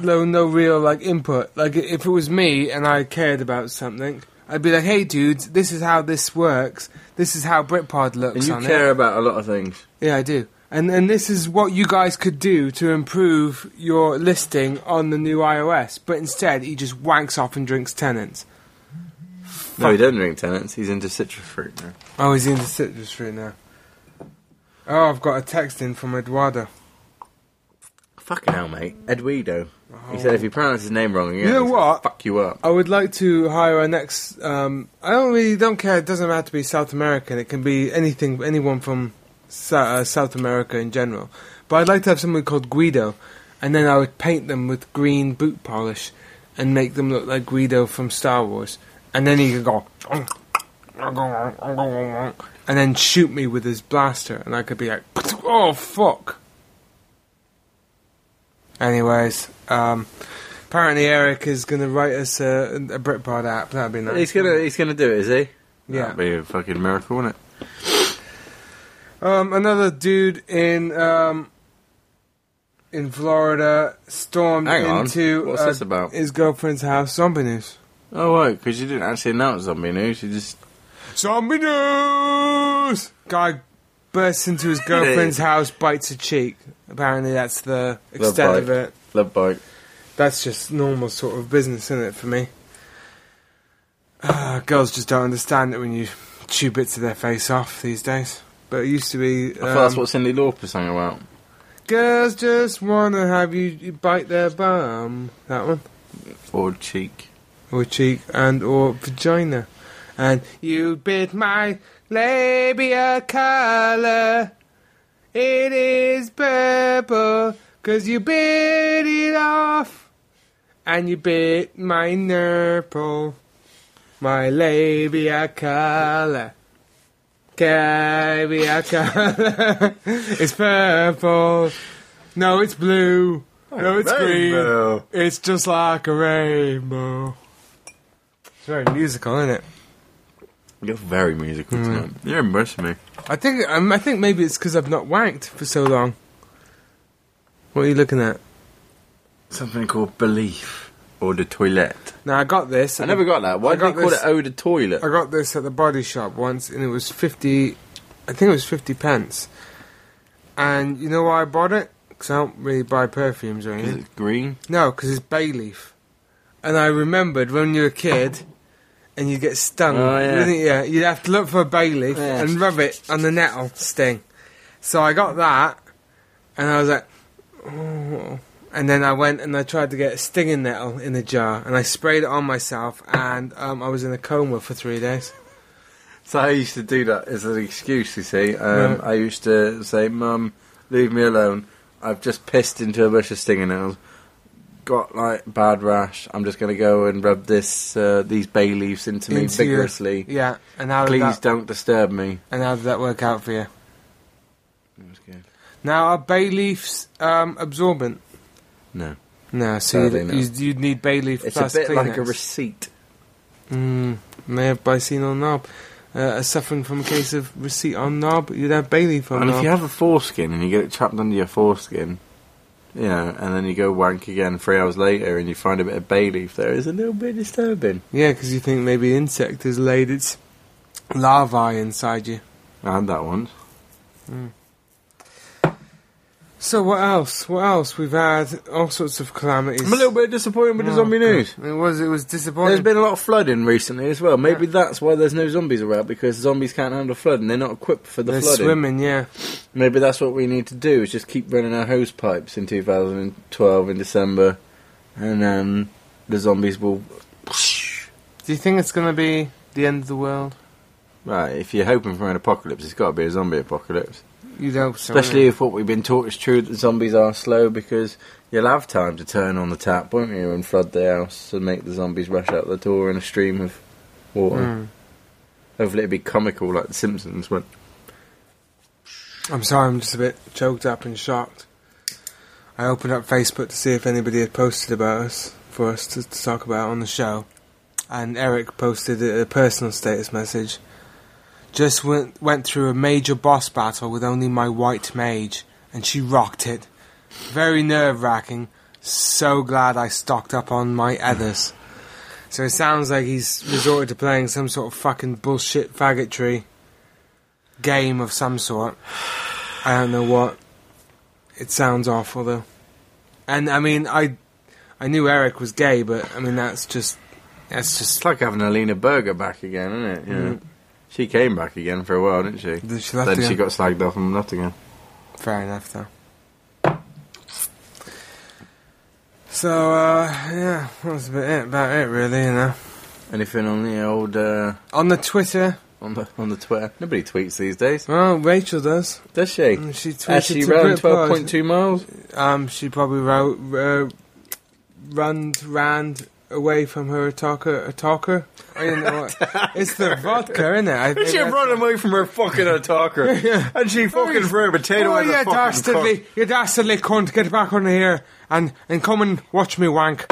no no real like input. Like if it was me and I cared about something, I'd be like, "Hey dudes, this is how this works. This is how Britpod looks and you on care it." about a lot of things. Yeah, I do. And and this is what you guys could do to improve your listing on the new iOS. But instead, he just wanks off and drinks tenants. No, he doesn't drink tenants. He's into citrus fruit now. Oh, he's in the citrus fruit now. Oh, I've got a text in from Eduardo. Fucking hell, mate. Edwido. He said if you pronounce his name wrong, again, You know he's gonna what? Fuck you up. I would like to hire our next. Um, I don't really don't care. It doesn't have to be South American. It can be anything, anyone from Sou- uh, South America in general. But I'd like to have someone called Guido, and then I would paint them with green boot polish, and make them look like Guido from Star Wars. And then he could go, and then shoot me with his blaster, and I could be like, (laughs) oh fuck. Anyways, um, apparently Eric is going to write us a, a Britpod app. That'd be nice. He's gonna, he's gonna do it, is he? Yeah. That'd be a fucking miracle, wouldn't it? Um, another dude in um, in Florida stormed Hang on. into What's uh, this about? his girlfriend's house. Zombie news. Oh, right, because you didn't actually announce zombie news. You just Zombie news! Guy bursts into his girlfriend's house, bites her cheek. Apparently, that's the extent of bite. it. love bite. That's just normal sort of business, isn't it, for me? Uh, girls just don't understand it when you chew bits of their face off these days. But it used to be. I thought that's um, what Cindy Lauper sang about. Girls just wanna have you you bite their bum. That one. Or cheek. Or cheek and or vagina. And you bit my labia color. It is purple. Cause you bit it off. And you bit my nurple. My labia color. Labia color. (laughs) it's purple. No, it's blue. No, it's green. It's just like a rainbow. It's very musical, isn't it? You're very musical Mm. tonight. You're impressing me. I think um, I think maybe it's because I've not wanked for so long. What are you looking at? Something called Belief. Or the toilet. Now I got this. I at never the- got that. Why I did they got call it this- Oh the Toilet? I got this at the body shop once, and it was fifty. I think it was fifty pence. And you know why I bought it? Because I don't really buy perfumes or Is anything. it green? No, because it's bay leaf. And I remembered when you were a kid and you get stung. Oh, yeah. wouldn't you? You'd have to look for a bay leaf Yeah. and rub it on the nettle sting. So I got that and I was like, oh. And then I went and I tried to get a stinging nettle in a jar and I sprayed it on myself and um, I was in a coma for three days. So I used to do that as an excuse, you see. Um, Right. I used to say, Mum, leave me alone. I've just pissed into a bush of stinging nails. Got like bad rash. I'm just going to go and rub this uh, these bay leaves into me Into you. vigorously. Yeah. And how, did Please that, don't disturb me. and how did that work out for you? It was good. Now, are bay leaves um, absorbent? No, No, so you'd, Sadly, no. you'd, you'd need bay leaf it's plus a bit like a Kleenex. receipt. Mm, may have bicycle on knob. Uh, are suffering from a case of receipt on knob, you'd have bay leaf on and if knob. you have a foreskin and you get it trapped under your foreskin, you know, and then you go wank again three hours later and you find a bit of bay leaf there, it's a little bit disturbing. yeah, because you think maybe the insect has laid its larvae inside you. I had that once. So what else? What else? We've had all sorts of calamities. I'm a little bit disappointed with the Oh, zombie God. news. It was it was There's disappointing. been a lot of flooding recently as well. Maybe that's why there's no zombies around because zombies can't handle flood and they're not equipped for the They're flooding. swimming, yeah. Maybe that's what we need to do is just keep running our hose pipes in 2012 in December, and um, the zombies will. Do you think it's going to be the end of the world? Right, if you're hoping for an apocalypse, it's got to be a zombie apocalypse. You don't. so, Especially if what we've been taught is true that zombies are slow because you'll have time to turn on the tap, won't you, and flood the house and make the zombies rush out the door in a stream of water. Mm. Hopefully it'd be comical like The Simpsons when I'm sorry, I'm just a bit choked up and shocked. I opened up Facebook to see if anybody had posted about us for us to, to talk about on the show, and Eric posted a, a personal status message. Just went went through a major boss battle with only my white mage, and she rocked it. Very nerve wracking. So glad I stocked up on my others. So it sounds like he's resorted to playing some sort of fucking bullshit faggotry game of some sort. I don't know what. It sounds awful though. And I mean, I I knew Eric was gay, but I mean that's just that's it's just like having Alina Berger back again, isn't it? Yeah. Mm. She came back again for a while, didn't she? Then she left then she again. got slagged off and left again. fair enough though. So uh, yeah, that was about it, about it really, you know. Anything on the old uh, On the Twitter, on the on the Twitter? Nobody tweets these days, well, Rachel does. does she? And Mm, She tweeted Has she to oh, ran Britpod. twelve point two miles? Um, she probably wrote, uh, run, ran away from her attacker. Attacker? I don't know (laughs) what. it's the vodka, isn't it? I think She that's- ran away from (laughs) her fucking attacker, and she fucking threw a potato Oh, at you the fucking dastardly, cock. you dastardly cunt, get back on here and, and come and watch me wank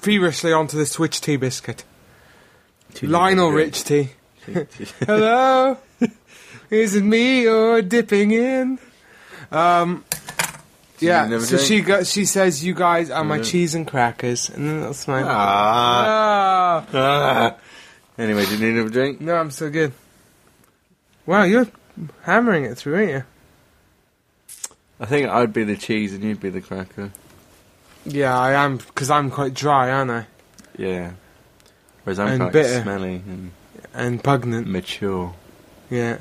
feverishly onto this Twitch tea biscuit. Lionel Rich (laughs) tea. Hello? Is it me you're dipping in? Um, you yeah. never So drink? she go, she says, "You guys are my Yeah. cheese and crackers," and then that's my. (laughs) Ah. Ah. ah. Anyway, do you need another drink? No, I'm still good. Wow, you're hammering it through, ain't you? I think I'd be the cheese and you'd be the cracker. Yeah, I am because I'm quite dry, aren't I? Yeah. Whereas I'm And quite bitter. smelly and And Mm. pugnant. mature. Yeah.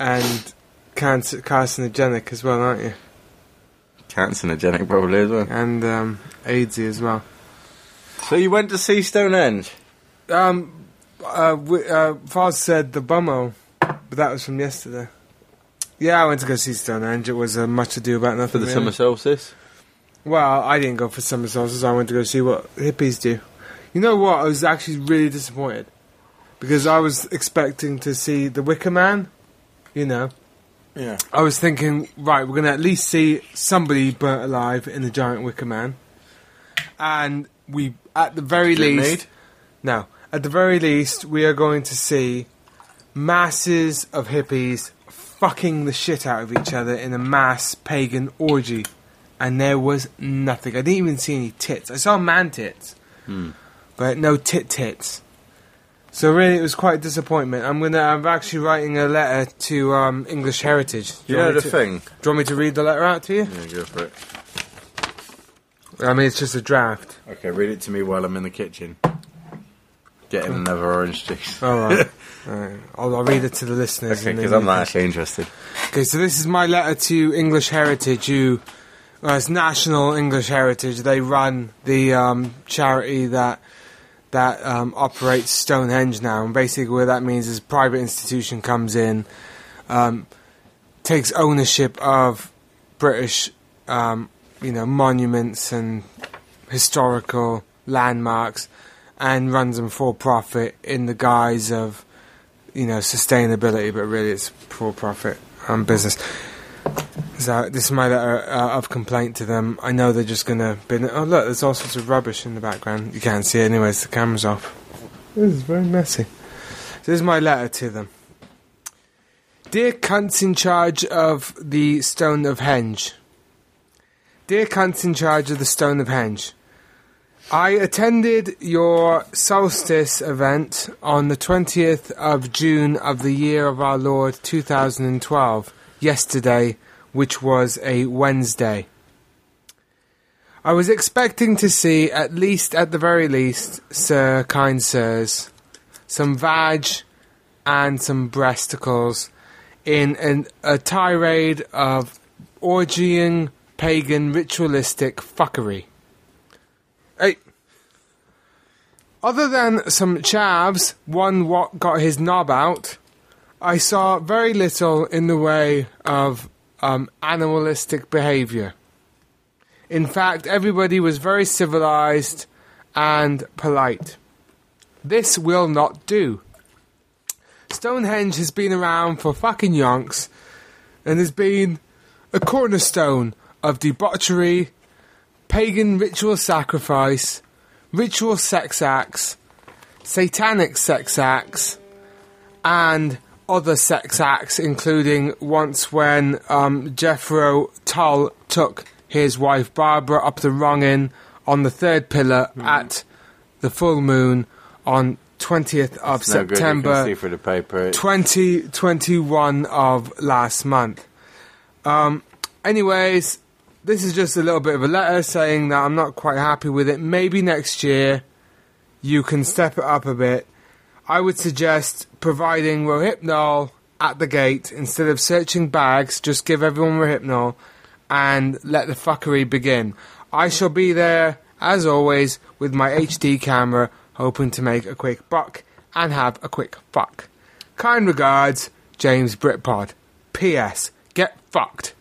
And cancer carcinogenic as well, aren't you? Cancerogenic probably as well. And um, AIDSy as well. So you went to see Stonehenge? Um, uh, w- uh, Foz said the bummo, but that was from yesterday. Yeah, I went to go see Stonehenge. It was uh, much ado about nothing. For the really. summer solstice? Well, I didn't go for summer solstice. I went to go see what hippies do. You know what? I was actually really disappointed because I was expecting to see The Wicker Man. You know, Yeah. I was thinking, right, we're going to at least see somebody burnt alive in the giant Wicker Man, and we, at the very Didn't least, need? no, at the very least, we are going to see masses of hippies fucking the shit out of each other in a mass pagan orgy. And there was nothing. I didn't even see any tits. I saw man tits, Hmm. but no tit tits. So really, it was quite a disappointment. I'm gonna. I'm actually writing a letter to um, English Heritage. Do You know want me to- the thing? Do you want me to read the letter out to you? Yeah, go for it. I mean, it's just a draft. Okay, read it to me while I'm in the kitchen. Getting another orange juice. All (laughs) right. All right. I'll, I'll read it to the listeners. Okay, and then because I'm you not can- actually interested. Okay, so this is my letter to English Heritage, who, uh, it's National English Heritage. They run the um, charity that that um, operates Stonehenge now, and basically what that means is private institution comes in, um, takes ownership of British, um, you know, monuments and historical landmarks, and runs them for profit in the guise of you know sustainability, but really it's for profit um, business. So this is my letter uh, of complaint to them. I know they're just gonna bin. Oh look, there's all sorts of rubbish in the background. You can't see it anyways. The camera's off. This is very messy. So this is my letter to them. Dear cunts in charge of the Stone of Henge. Dear cunts in charge of the Stone of Henge. I attended your solstice event on the 20th of June of the year of our Lord 2012, yesterday, which was a Wednesday. I was expecting to see, at least at the very least, sir, kind sirs, some vag and some breasticles in an, a tirade of orgying, pagan, ritualistic fuckery. Hey. Other than some chavs, one what got his knob out, I saw very little in the way of um, animalistic behaviour. In fact, everybody was very civilised and polite. This will not do. Stonehenge has been around for fucking yonks and has been a cornerstone of debauchery, pagan ritual sacrifice, ritual sex acts, satanic sex acts, and other sex acts, including once when um, Jethro Tull took his wife Barbara up the wrong inn on the third pillar Hmm. at the full moon on 20th of It's no good, you can September see through the paper. It's 2021 of last month. Um, anyways, this is just a little bit of a letter saying that I'm not quite happy with it. Maybe next year you can step it up a bit. I would suggest providing Rohypnol at the gate instead of searching bags, just give everyone Rohypnol and let the fuckery begin. I shall be there, as always, with my HD camera, hoping to make a quick buck and have a quick fuck. Kind regards, James Britpod. P.S. Get fucked.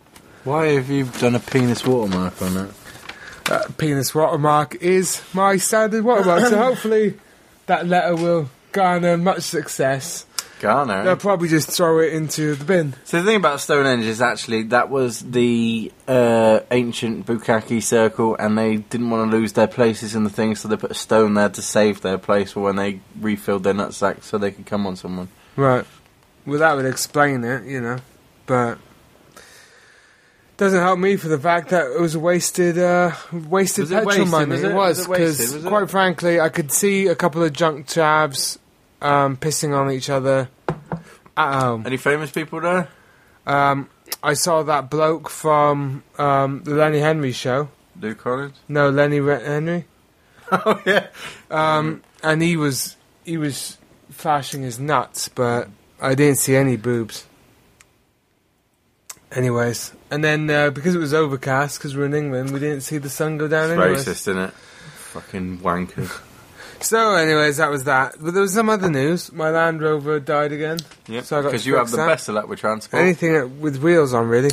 Why have you done a penis watermark on it? Uh, penis watermark is my standard watermark, so hopefully that letter will garner much success. Garner. They'll probably just throw it into the bin. So the thing about Stonehenge is actually that was the uh, ancient Bukaki circle, and they didn't want to lose their places in the thing, so they put a stone there to save their place for when they refilled their nutsack, so they could come on someone. Right. Well, that would explain it, you know. But Doesn't help me for the fact that it was a wasted, uh, wasted Was it petrol wasted, money. was it it? was Was it wasted, because, was it? quite frankly, I could see a couple of drunk chavs um, pissing on each other at home. Any famous people there? Um, I saw that bloke from um, the Lenny Henry show. Lou Collins. No, Lenny Re- Henry, (laughs) Oh yeah. um, and he was he was flashing his nuts, but I didn't see any boobs. Anyways, and then uh, because it was overcast, because we're in England, we didn't see the sun go down. It's Anyways. racist, isn't it? Fucking wankers. So, anyways, that was that. But there was some other news. My Land Rover died again. (laughs) Yep. So I got Because you have the Brexit. best of luck with transport. Anything that- with wheels on, really.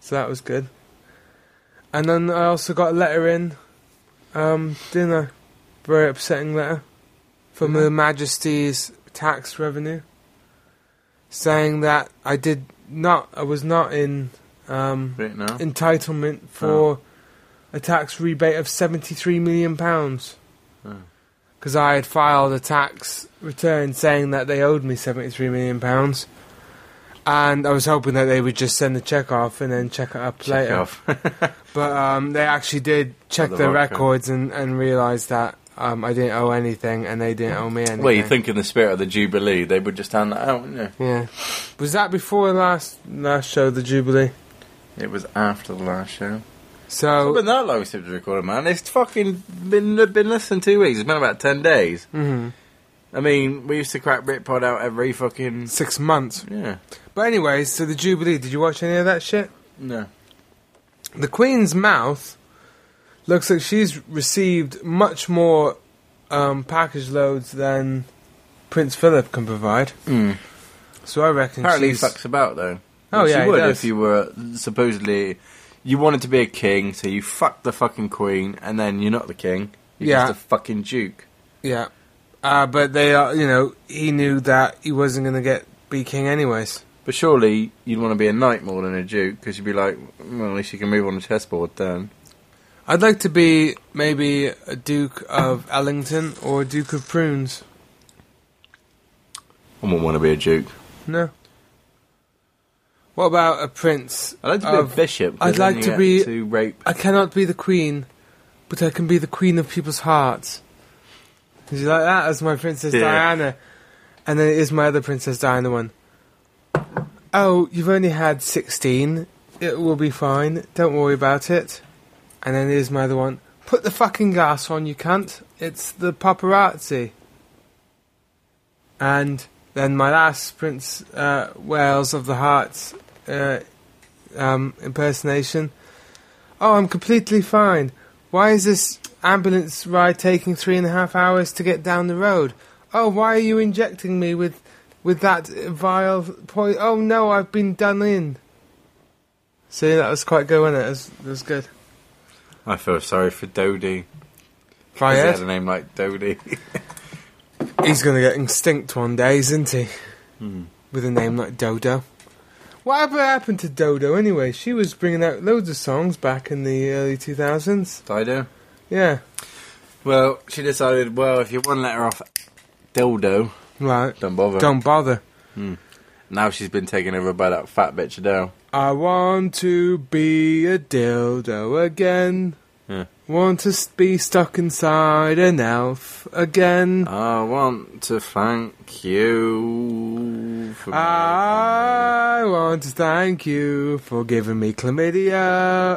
So that was good. And then I also got a letter in, um, didn't I? Very upsetting letter from Her Majesty's tax revenue, saying that I did not, I was not in um, (laughs) Bit now. Oh. entitlement for a tax rebate of seventy-three million pounds. Oh. Because I had filed a tax return saying that they owed me seventy-three million pounds, and I was hoping that they would just send the check off and then check it up Check later. off. But um, they actually did check the their vodka. records and, and realised that um, I didn't owe anything, and they didn't owe me anything. (laughs) well, you think in the spirit of the Jubilee, they would just hand that out, wouldn't you? Yeah. Was that before the last last show, the Jubilee? It was after the last show. So. It's been that long since we recorded, man. It's fucking been been less than two weeks. It's been about ten days. hmm I mean, we used to crack Britpod out every fucking Six months. yeah. But anyways, so the Jubilee. Did you watch any of that shit? No, The Queen's mouth looks like she's received much more um, package loads than Prince Philip can provide. mm. So I reckon apparently he she's. fucks about though. Oh, Which yeah, you he would does. if you were supposedly you wanted to be a king, so you fucked the fucking queen, and then you're not the king. You're Yeah. just a fucking duke. Yeah. Uh, but they are, you know, he knew that he wasn't going to get be king anyways. But surely you'd want to be a knight more than a duke, because you'd be like, well, at least you can move on the chessboard then. I'd like to be maybe a Duke of Ellington or Duke of Prunes. I wouldn't want to be a duke. No. What about a prince? I'd like to be of- a bishop. 'cause I'd then like you to get be- to rape. I cannot be the queen, but I can be the queen of people's hearts. Did you like that? That's my Princess Yeah. Diana. And then it is my other Princess Diana one. Oh, you've only had 16. It will be fine. Don't worry about it. And then here's my other one. Put the fucking gas on, you cunt. It's the paparazzi. And then my last Prince uh, Wales of the Hearts uh, um, impersonation. Oh, I'm completely fine. Why is this ambulance ride taking three and a half hours to get down the road? Oh, why are you injecting me with with that vile point? Oh no, I've been done in. See, that was quite good, wasn't it? It was, it was good. I feel sorry for Dodie. 'cause He had a Fired. name like (laughs) Dodie. He's going to get extinct one day, isn't he? With a name like Dodo. Whatever happened to Dodo anyway? She was bringing out loads of songs back in the early 2000s. Dido. Yeah. Well, she decided. Well, if you want to let her off, dildo, Right. don't bother. Don't bother. Now she's been taken over by that fat bitch Adele. I want to be a dildo again. Yeah. Want to s- be stuck inside an elf again. I want to thank you. For Ah, I want to thank you for giving me chlamydia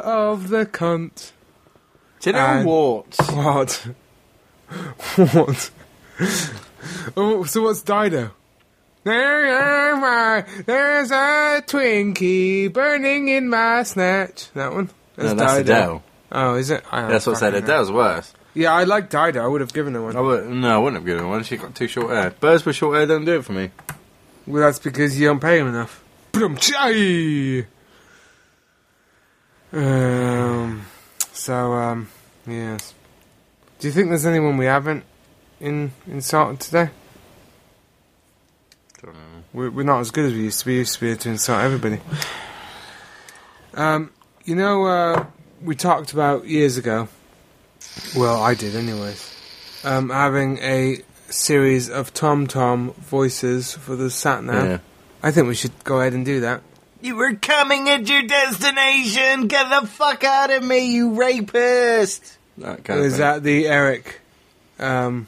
of the cunt. Do you know and- what? What? (laughs) what? oh, so what's Dido? There am I, There's a Twinkie burning in my snatch. That one. No, that's Adele. Oh, is it? I don't That's what I said. fucking know. Adele's worse. Yeah, I like Dido. I would have given her one. I would, no, I wouldn't have given her one. She got too short hair. Birds with short hair don't do it for me. Well, that's because you don't pay him enough. Brum-chai! Um. So, um, yes. Do you think there's anyone we haven't in insulted today? Don't know. We're, we're not as good as we used to be. We used to be able to insult everybody. Um, you know, uh, we talked about years ago. Well, I did, anyways. Um, having a series of Tom Tom voices for the sat nav. Yeah. I think we should go ahead and do that. You were coming at your destination. Get the fuck out of me, you rapist. That kind of Is thing. that the Eric? Um,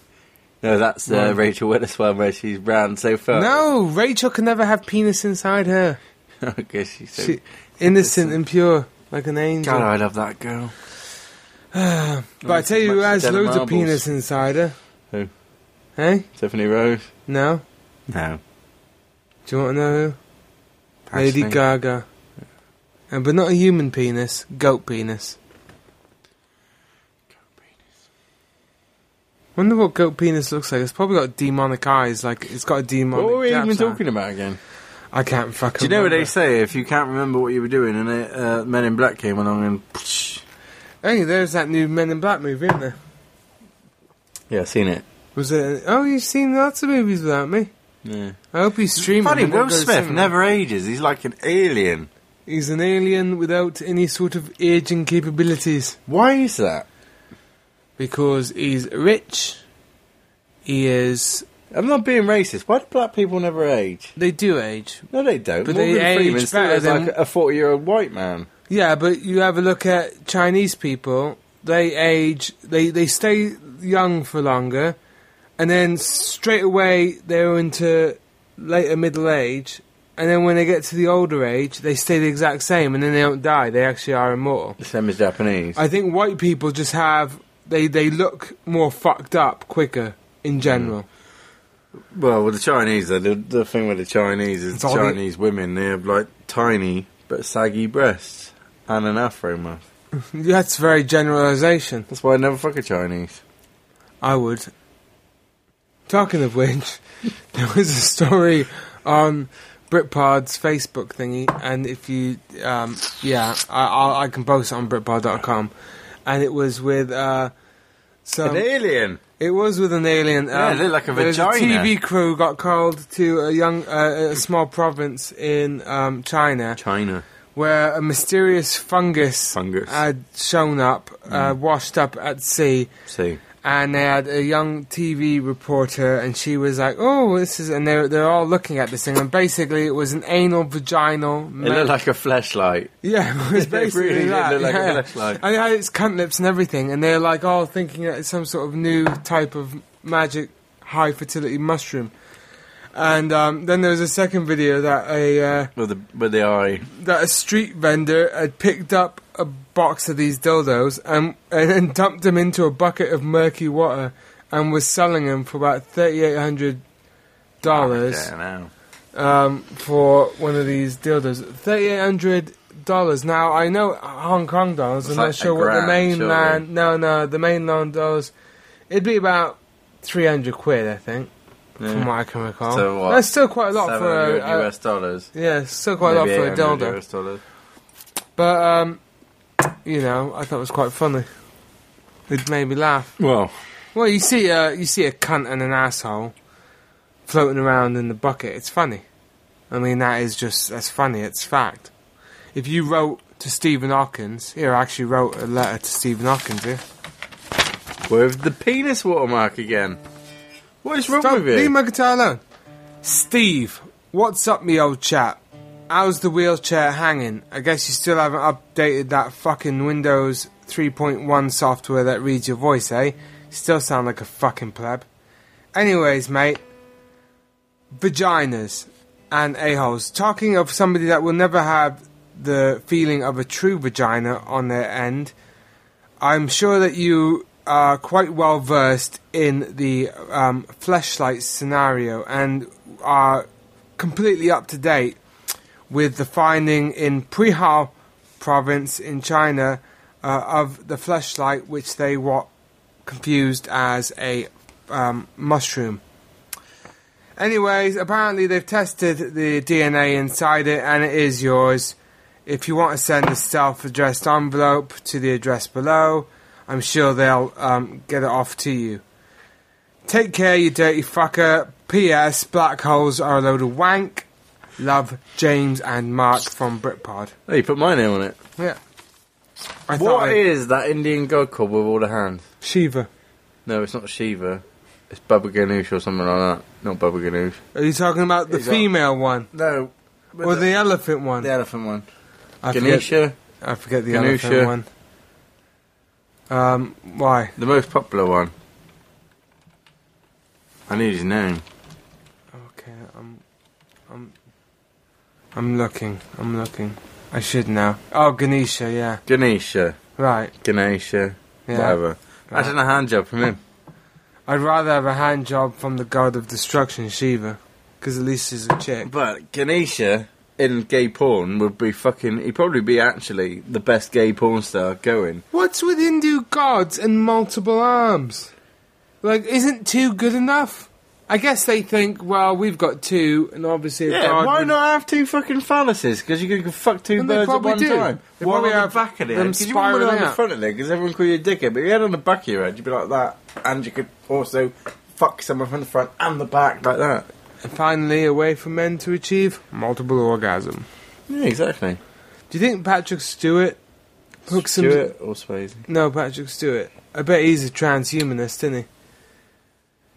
no, that's uh, Right. Rachel Witteswell where she's brown so far. no, Rachel can never have penis inside her. (laughs) I guess she's so. She, innocent and pure, like an angel. God, I love that girl. but I tell you, who Much has dead loads of marbles. penis inside her? Who? Hey, Tiffany Rose. no. No. Do you want to know who? Pass Lady me. Gaga. And but not a human penis, goat penis. Wonder what goat penis looks like. It's probably got demonic eyes. Like it's got a demonic. What were we japs even on. talking about again? I can't fucking. Do you know what remember. they say? If you can't remember what you were doing, and it, uh, Men in Black came along and. Hey, there's that new Men in Black movie, isn't there? Yeah, seen it. Was it? Oh, you've seen lots of movies without me. Yeah. I hope he's streaming. Funny, and don't Will go to Smith cinema. never ages. He's like an alien. He's an alien without any sort of aging capabilities. Why is that? because he's rich. He is. I'm not being racist. Why do black people never age? They do age. No, they don't. But they age still better looks than- like a 40 year old white man. Yeah, but you have a look at Chinese people. They age. They they stay young for longer, and then straight away they're into later middle age. And then when they get to the older age, they stay the exact same, and then they don't die. They actually are immortal. The same as Japanese. I think white people just have they they look more fucked up quicker in general. Well, with the Chinese, though, the, the thing with the Chinese is It's the all the- Chinese women, they have like tiny but saggy breasts and an afro muff. That's very generalisation. That's why I never fuck a Chinese. I would. Talking of (laughs) which, there was a story on Britpod's Facebook thingy, and if you, um, yeah, I, I'll, I can post it on Britpod.com, and it was with uh, some. an alien! It was with an alien. um, Yeah, it looked like a there was vagina. TV crew got called to a young, uh, a small province in um, China China. where a mysterious fungus, Fungus. Hmm. had shown up, uh, washed up at sea, See. and they had a young TV reporter, and she was like, "Oh, this is," and they're they're all looking at this thing, and basically it was an anal vaginal. It looked like a flashlight. (laughs) yeah, it was (laughs) It basically really did that. look like a yeah. flashlight. And it had its cunt lips and everything, and they're like all thinking that it's some sort of new type of magic high fertility mushroom. And um, then there was a second video that a uh, With the, with the eye. that a street vendor had picked up a box of these dildos and and then dumped them into a bucket of murky water and was selling them for about thirty eight hundred dollars Yeah, now. um, for one of these dildos. Thirty eight hundred dollars. Now I know Hong Kong dollars. It's I'm like a not sure what the grand, surely. mainland. No, no, the mainland dollars. It'd be about three hundred quid, I think, from what I can recall. So what? That's still quite a lot for a, 700 a- US dollars. yeah, still quite a lot Maybe for a 800 dildo. US dollars. But um, you know, I thought it was quite funny. It made me laugh. Well, Well, you see a you see a cunt and an asshole floating around in the bucket. It's funny. I mean, that is just that's funny. It's fact. If you wrote to Stephen Hawkins, here I actually wrote a letter to Stephen Hawkins. Here, with the penis watermark again. What is wrong Stop, with leave you? my guitar alone. Steve, what's up, me old chap? How's the wheelchair hanging? I guess you still haven't updated that fucking Windows 3.1 software that reads your voice, eh? Still sound like a fucking pleb. Anyways, mate, vaginas and a-holes. Talking of somebody that will never have the feeling of a true vagina on their end, I'm sure that you are quite well versed in the um, fleshlight scenario and are completely up to date with the finding in Prihao province in China uh, of the fleshlight, which they were confused as a um, mushroom. Anyways, apparently they've tested the DNA inside it and it is yours. If you want to send a self addressed envelope to the address below, I'm sure they'll um, get it off to you. Take care, you dirty fucker. P.S. Black holes are a load of wank. Love, James and Mark from Britpod. Oh, you put my name on it. Yeah. I What thought I- is that Indian god called with all the hands? Shiva. No, it's not Shiva. It's Baba Ganoush or something like that. Not Baba Ganoush. Are you talking about the Is that- female one? No. Well, the, elephant one. the elephant one. I forget, Ganesha, I forget the Ganesha. elephant one. Um, why? the most popular one. I need his name. Okay, I'm, I'm, I'm looking. I'm looking. I should know. Oh, Ganesha. Yeah. Ganesha. Right. Ganesha. Yeah. Whatever. Right. Imagine a hand job from him. I'd rather have a hand job from the god of destruction, Shiva, because at least she's a chick. (laughs) But Ganesha in gay porn would be fucking. He'd probably be actually the best gay porn star going. What's with Hindu gods and multiple arms? Like, isn't two good enough? I guess they think, well, we've got two, and obviously a Yeah, god. why would- not have two fucking phalluses? Because you can fuck two And they birds at probably one do. time. They one probably on the have back of the them head. 'Cause you wouldn't spiraling want it on out. the front of it because everyone call you a dickhead. But if you had it on the back of your head, you'd be like that, and you could also fuck someone from the front and the back like that. And finally, a way for men to achieve multiple orgasm. Yeah, exactly. Do you think Patrick Stewart hooks some- Stewart or Swayze. No, Patrick Stewart. I bet he's a transhumanist, isn't he?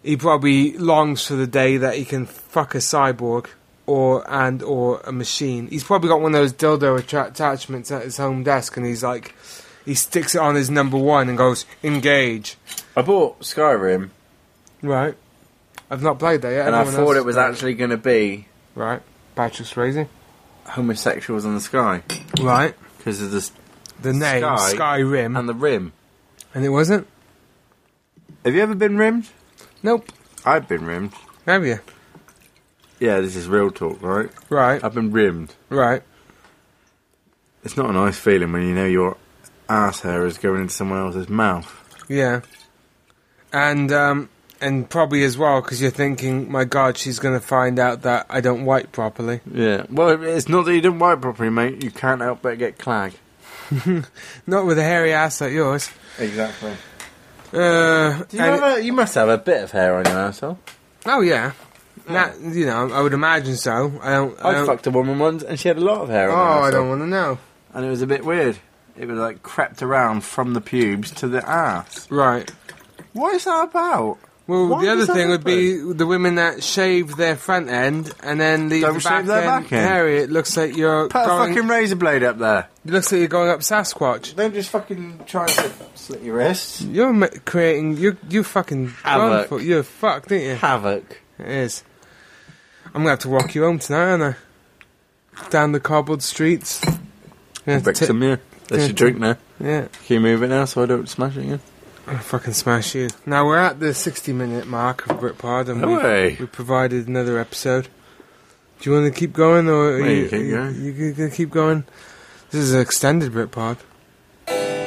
He probably longs for the day that he can fuck a cyborg or and or a machine. He's probably got one of those dildo attra- attachments at his home desk, and he's like, he sticks it on his number one and goes engage. I bought Skyrim Right. I've not played that yet. and I Everyone else thought has it was played actually going to be right. Patrick Swayze. homosexuals in the sky Right. because of the s- The name Sky Um, Skyrim, and the rim. and it wasn't. Have you ever been rimmed? Nope. I've been rimmed. Have you? Yeah, this is real talk, right? Right. I've been rimmed. Right. It's not a nice feeling when you know your ass hair is going into someone else's mouth. Yeah, and um, and probably as well because you're thinking, my God, she's going to find out that I don't wipe properly. Yeah. Well, it's not that you don't wipe properly, mate. You can't help but get clag. Not with a hairy ass like yours. Exactly. Uh, Do you, and- ever, you must have a bit of hair on your asshole. oh yeah, Na- you know, I would imagine so. I don't. I, I, don't, fucked a woman once, and she had a lot of hair Oh, on her I asshole. don't want to know. And it was a bit weird. It was like crept around from the pubes to the ass. Right. What is that about? Well, Why the other does that thing would be the women that shave their front end and then leave Don't the shave back, their end back end. hairy. It looks like you're Put going, a fucking razor blade up there. it looks like you're going up Sasquatch. Don't just fucking try and slit, slit your wrists. You're ma- creating. You you fucking. Havoc. gone for- You're fucked, didn't you? Havoc. It is. I'm gonna have to walk you home tonight, aren't I? Down the cobbled streets. Yeah, Bricks t- them, yeah. That's yeah, your drink now. yeah. Can you move it now so I don't smash it again? I'll fucking smash you. Now we're at the 60 minute mark of Britpod, and No way. we we provided another episode. Do you want to keep going, or are Yeah, you, you keep are you- going. you g- gonna keep going? This is an extended Britpod.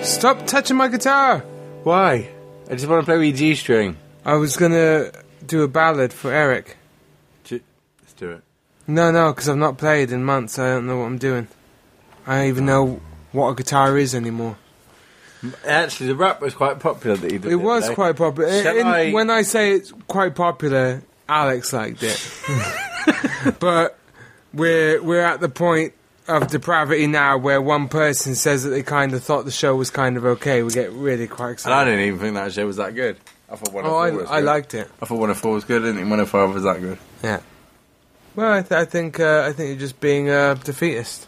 Stop touching my guitar! Why? I just want to play with your G string. I was gonna do a ballad for Eric. Let's do it. No, no, because I've not played in months. I don't know what I'm doing. I don't even know what a guitar is anymore. Actually, the rap was quite popular that you did. It was today. quite popular. Shall In- I- When I say it's quite popular, Alex liked (laughs) it. but we're we're at the point of depravity now where one person says that they kind of thought the show was kind of okay. We get really quite And I excited. didn't even think that show was that good. I thought 104 Oh, was I, I good. liked it. I thought 104 was good. I didn't think 105 was that good. Yeah. Well, I, th- I think uh, I think you're just being uh, defeatist.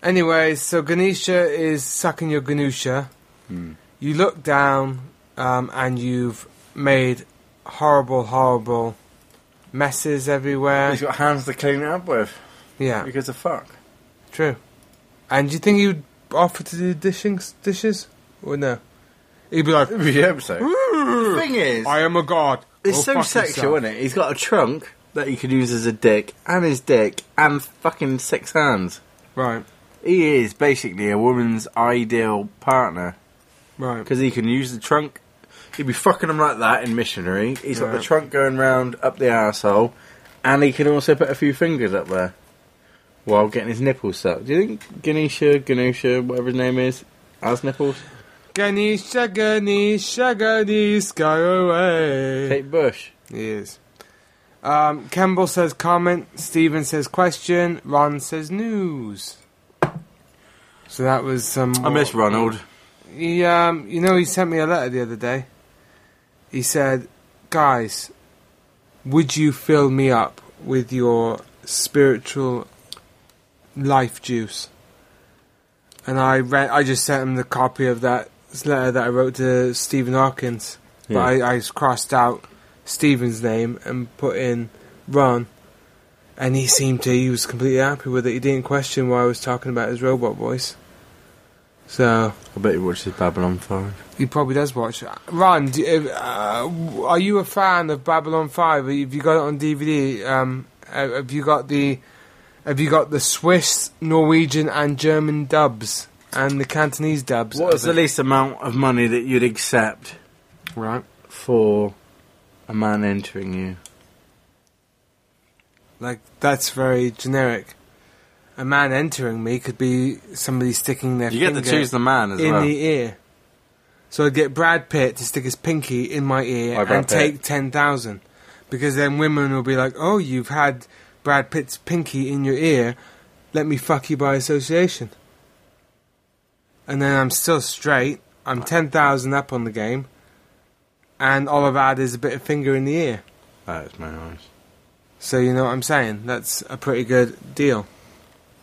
Anyways, so Ganesha is sucking your Ganusha. You look down, um, and you've made horrible, horrible messes everywhere. He's got hands to clean it up with Yeah, because of fuck. true. And do you think you'd offer to do dishing dishes or no? He'd be like, yeah, so. The thing is, "I am a god." it's Go so fuck sexual, yourself. isn't it? He's got a trunk that he could use as a dick, and his dick, and fucking six hands. Right, He is basically a woman's ideal partner. right. because he can use the trunk. He'd be fucking him like that in missionary. He's got Yeah. the trunk going round up the arsehole, and he can also put a few fingers up there while getting his nipples sucked. Do you think Ganesha, Ganesha, whatever his name is, has nipples? Ganesha, Ganesha, Ganesha, go away. Kate Bush. He is. Um, Campbell says comment. Steven says question. Ron says news. So that was some. I miss Ronald. He, um, you know, he sent me a letter the other day. He said, "Guys, would you fill me up with your spiritual life juice. And I read, I just sent him the copy of that letter that I wrote to Stephen Hawkins. But I, I crossed out Stephen's name and put in Ron. And he seemed to, he was completely happy with it. He didn't question why I was talking about his robot voice. So, I bet he watches Babylon 5. he probably does watch it. Ron, do, you- uh, are you a fan of Babylon Five? Have you got it on DVD? Um, have have you got the Have you got the Swiss, Norwegian, and German dubs and the Cantonese dubs? What of is the it? least amount of money that you'd accept Right, for a man entering you? like that's very generic. A man entering me could be somebody sticking their You get to finger choose the man as in well. the ear. So I'd get Brad Pitt to stick his pinky in my ear Why and Brad Pitt? take ten thousand, because then women will be like, "Oh, you've had Brad Pitt's pinky in your ear. Let me fuck you by association." And then I'm still straight. I'm ten thousand up on the game, and all I've had is a bit of finger in the ear. That is my eyes. So you know what I'm saying? That's a pretty good deal,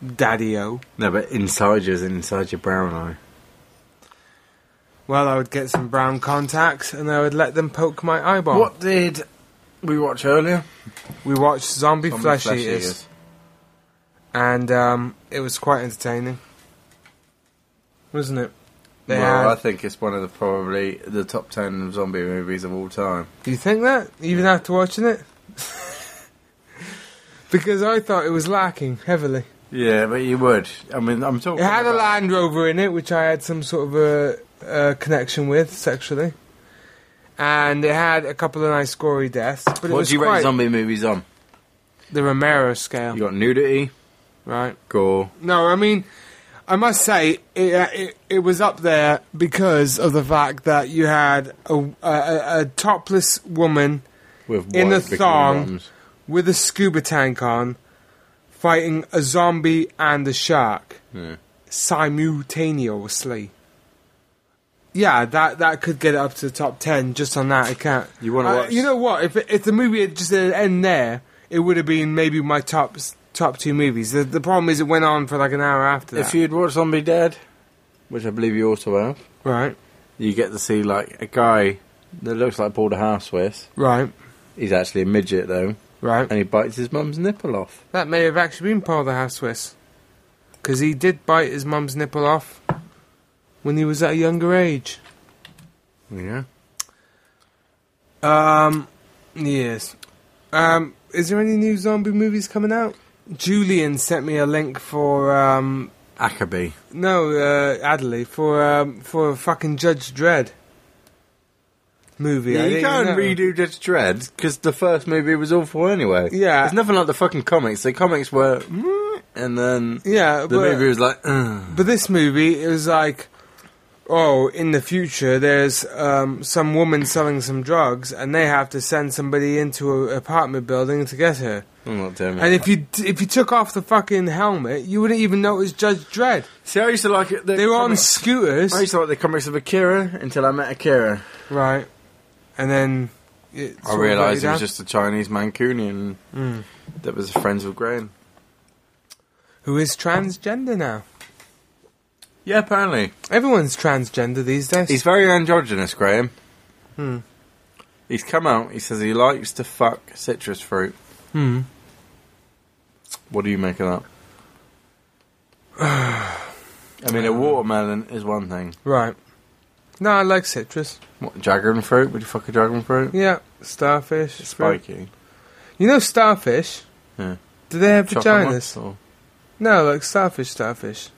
Daddy-o. No, but inside you is inside your brown eye. Well, I would get some brown contacts and I would let them poke my eyeball. What did we watch earlier? We watched Zombie, Zombie Flesh, Flesh Eaters, Eaters. and um, it was quite entertaining, wasn't it? They well, had- I think it's one of the probably the top ten zombie movies of all time. Do you think that even after watching it? (laughs) because I thought it was lacking heavily. Yeah, but you would. I mean, I'm It talking. had a about- Land Rover in it, which I had some sort of a, a connection with sexually, and it had a couple of nice gory deaths. But it What was do you quite rate zombie movies on? the Romero scale, You got nudity, right? gore. No, I mean, I must say it, uh, it it was up there because of the fact that you had a a, a, a topless woman With In white the bikini thong. bottoms. with a scuba tank on, fighting a zombie and a shark Yeah. simultaneously. Yeah, that that could get it up to the top ten just on that account. You wanna Uh, watch- You know what? If it- if the movie had just ended there, it would have been maybe my top s- top two movies. The, the problem is it went on for like an hour after that. If you'd watched Zombie Dead, which I believe you also have, right, you get to see like a guy that looks like Border Half Swiss. right, He's actually a midget though, right. and he bites his mum's nipple off. That may have actually been Paul the House Swiss. Because he did bite his mum's nipple off when he was at a younger age. Yeah. Um, yes. Um, is there any new zombie movies coming out? Julian sent me a link for, um, Ackerby. no, uh, Adderley, for, um, for a fucking Judge Dredd movie. I you didn't can't know. redo Judge Dredd because the first movie was awful anyway. Yeah. it's nothing like the fucking comics. The comics were, "Mm," and then Yeah, the but, movie was like, "Ugh." But this movie it was like, oh, in the future there's um, some woman selling some drugs, and they have to send somebody into an apartment building to get her. I'm not doing And it. if you if you took off the fucking helmet, you wouldn't even notice Judge Dredd. See, I used to like it. the They were on comics- I scooters, used to like the comics of Akira until I met Akira. right? And then it I sort of realised he let you down. was just a Chinese Mancunian that was friends with Graham. who is transgender now. Yeah, apparently Everyone's transgender these days. he's very androgynous, Graham. Hmm. He's come out. He says he likes to fuck citrus fruit. Hmm. What do you make of that? (sighs) I mean, a watermelon is one thing. right. No, I like citrus. What, dragon fruit? Would you fuck a dragon fruit? Yeah, starfish. It's fruit. spiky. You know starfish? Yeah. Do they have Chocolate vaginas? ones, or- No, like starfish, starfish.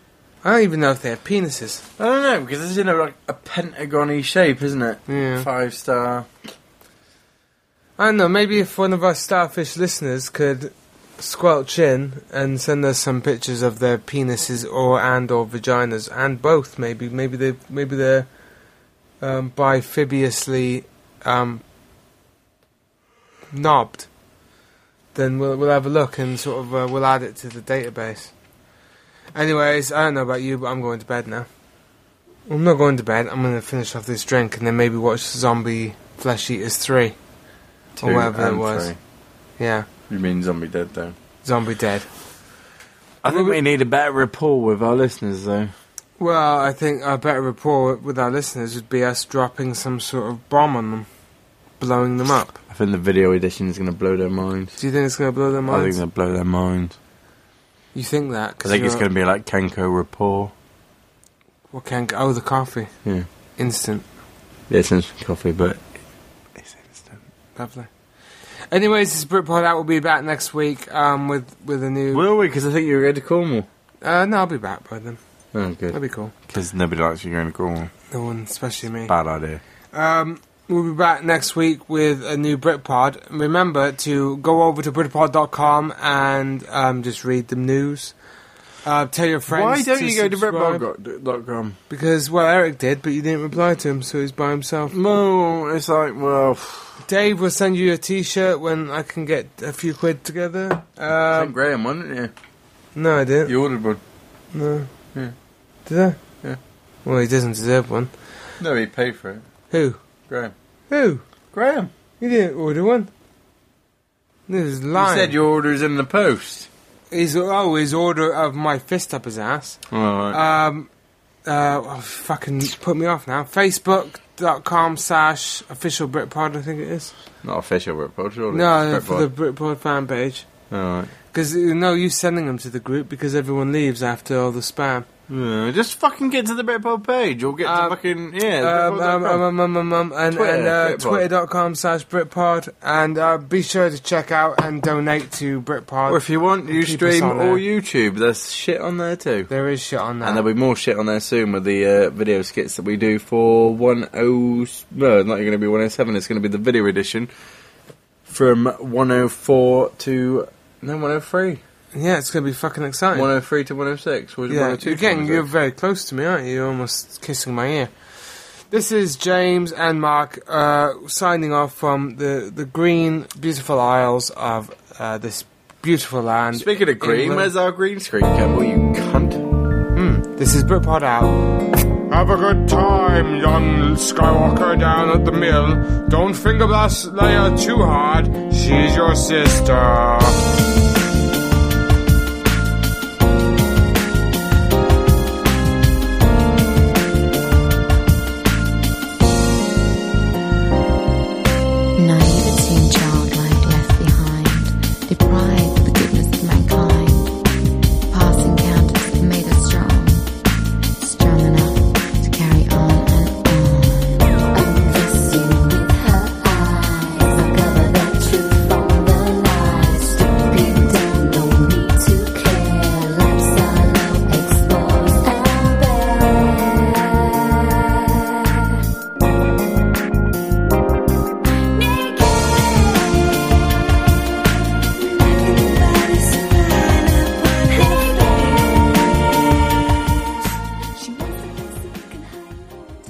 I don't even know if they have penises. I don't know, because it's in a, like, a pentagony shape, isn't it? Yeah. Five star. I don't know, maybe if one of our starfish listeners could squelch in and send us some pictures of their penises or and or vaginas and both maybe maybe they maybe they're um, bifibiously um, knobbed then we'll we'll have a look and sort of uh, we'll add it to the database anyways I don't know about you but I'm going to bed now I'm not going to bed I'm going to finish off this drink and then maybe watch zombie flesh eaters 3 Two whatever it and was. three. yeah You mean zombie dead, though? Zombie dead. I think we need a better rapport with our listeners, though. Well, I think our better rapport with our listeners would be us dropping some sort of bomb on them, blowing them up. I think the video edition is going to blow their minds. Do you think it's going to blow their I think minds? they'll blow their minds. you think that? I think it's going to be like Kenko rapport. What can? Oh, the coffee, Yeah, instant, yeah, it's instant coffee, but it's instant. lovely. Anyways, this is Britpod out. We'll be back next week um, with with a new. Will we? Because I think you're going to Cornwall. Uh, no, I'll be back by then. Oh, That'll good. be cool. Because nobody likes you going to Cornwall. No one, especially me. Bad idea. Um, we'll be back next week with a new Britpod. Remember to go over to Britpod.com and um, just read the news. Uh, tell your friends. Why don't you go to subscribe. redbog.com? Because well, Eric did, but you didn't reply to him, so he's by himself. No, it's like, well, Dave will send you a T-shirt when I can get a few quid together. um, Um, Graham, wasn't you? no, I didn't. You ordered one. No. Yeah. Did I? Yeah. Well, he doesn't deserve one. No, he paid for it. Who? Graham. Who? Graham. You didn't order one. This is lying. You said your order is in the post. He's oh, his order of my fist up his ass. Alright. Um, uh, oh, fucking put me off now. Facebook.com slash official Britpod, I think it is. Not official report, surely. No, for the Britpod fan page. Alright. Because no use sending them to the group because everyone leaves after all the spam. Yeah, just fucking get to the Britpod page or get Um, to fucking. Yeah. Um, um, Britpod.com. um, um, um, um, um, and Twitter, and uh, Britpod. twitter.com slash Britpod. And uh, be sure to check out and donate to Britpod. or if you want, you keep us stream on there. or YouTube. There's shit on there too. there is shit on that. And there'll be more shit on there soon with the uh, video skits that we do for 10. No, it's not going to be 107, it's going to be the video edition from 104 to. No, 103. yeah, it's going to be fucking exciting. 103 to 106. Or Yeah, 102 to again, you're 106. very close to me, aren't you? You're almost kissing my ear. This is James and Mark uh, signing off from the, the green, beautiful isles of uh, this beautiful land. Speaking of green, England. where's our green screen, Campbell, you cunt? This is Britpod out. Have a good time, young Skywalker down at the mill. Don't finger blast Leia too hard. She's your sister.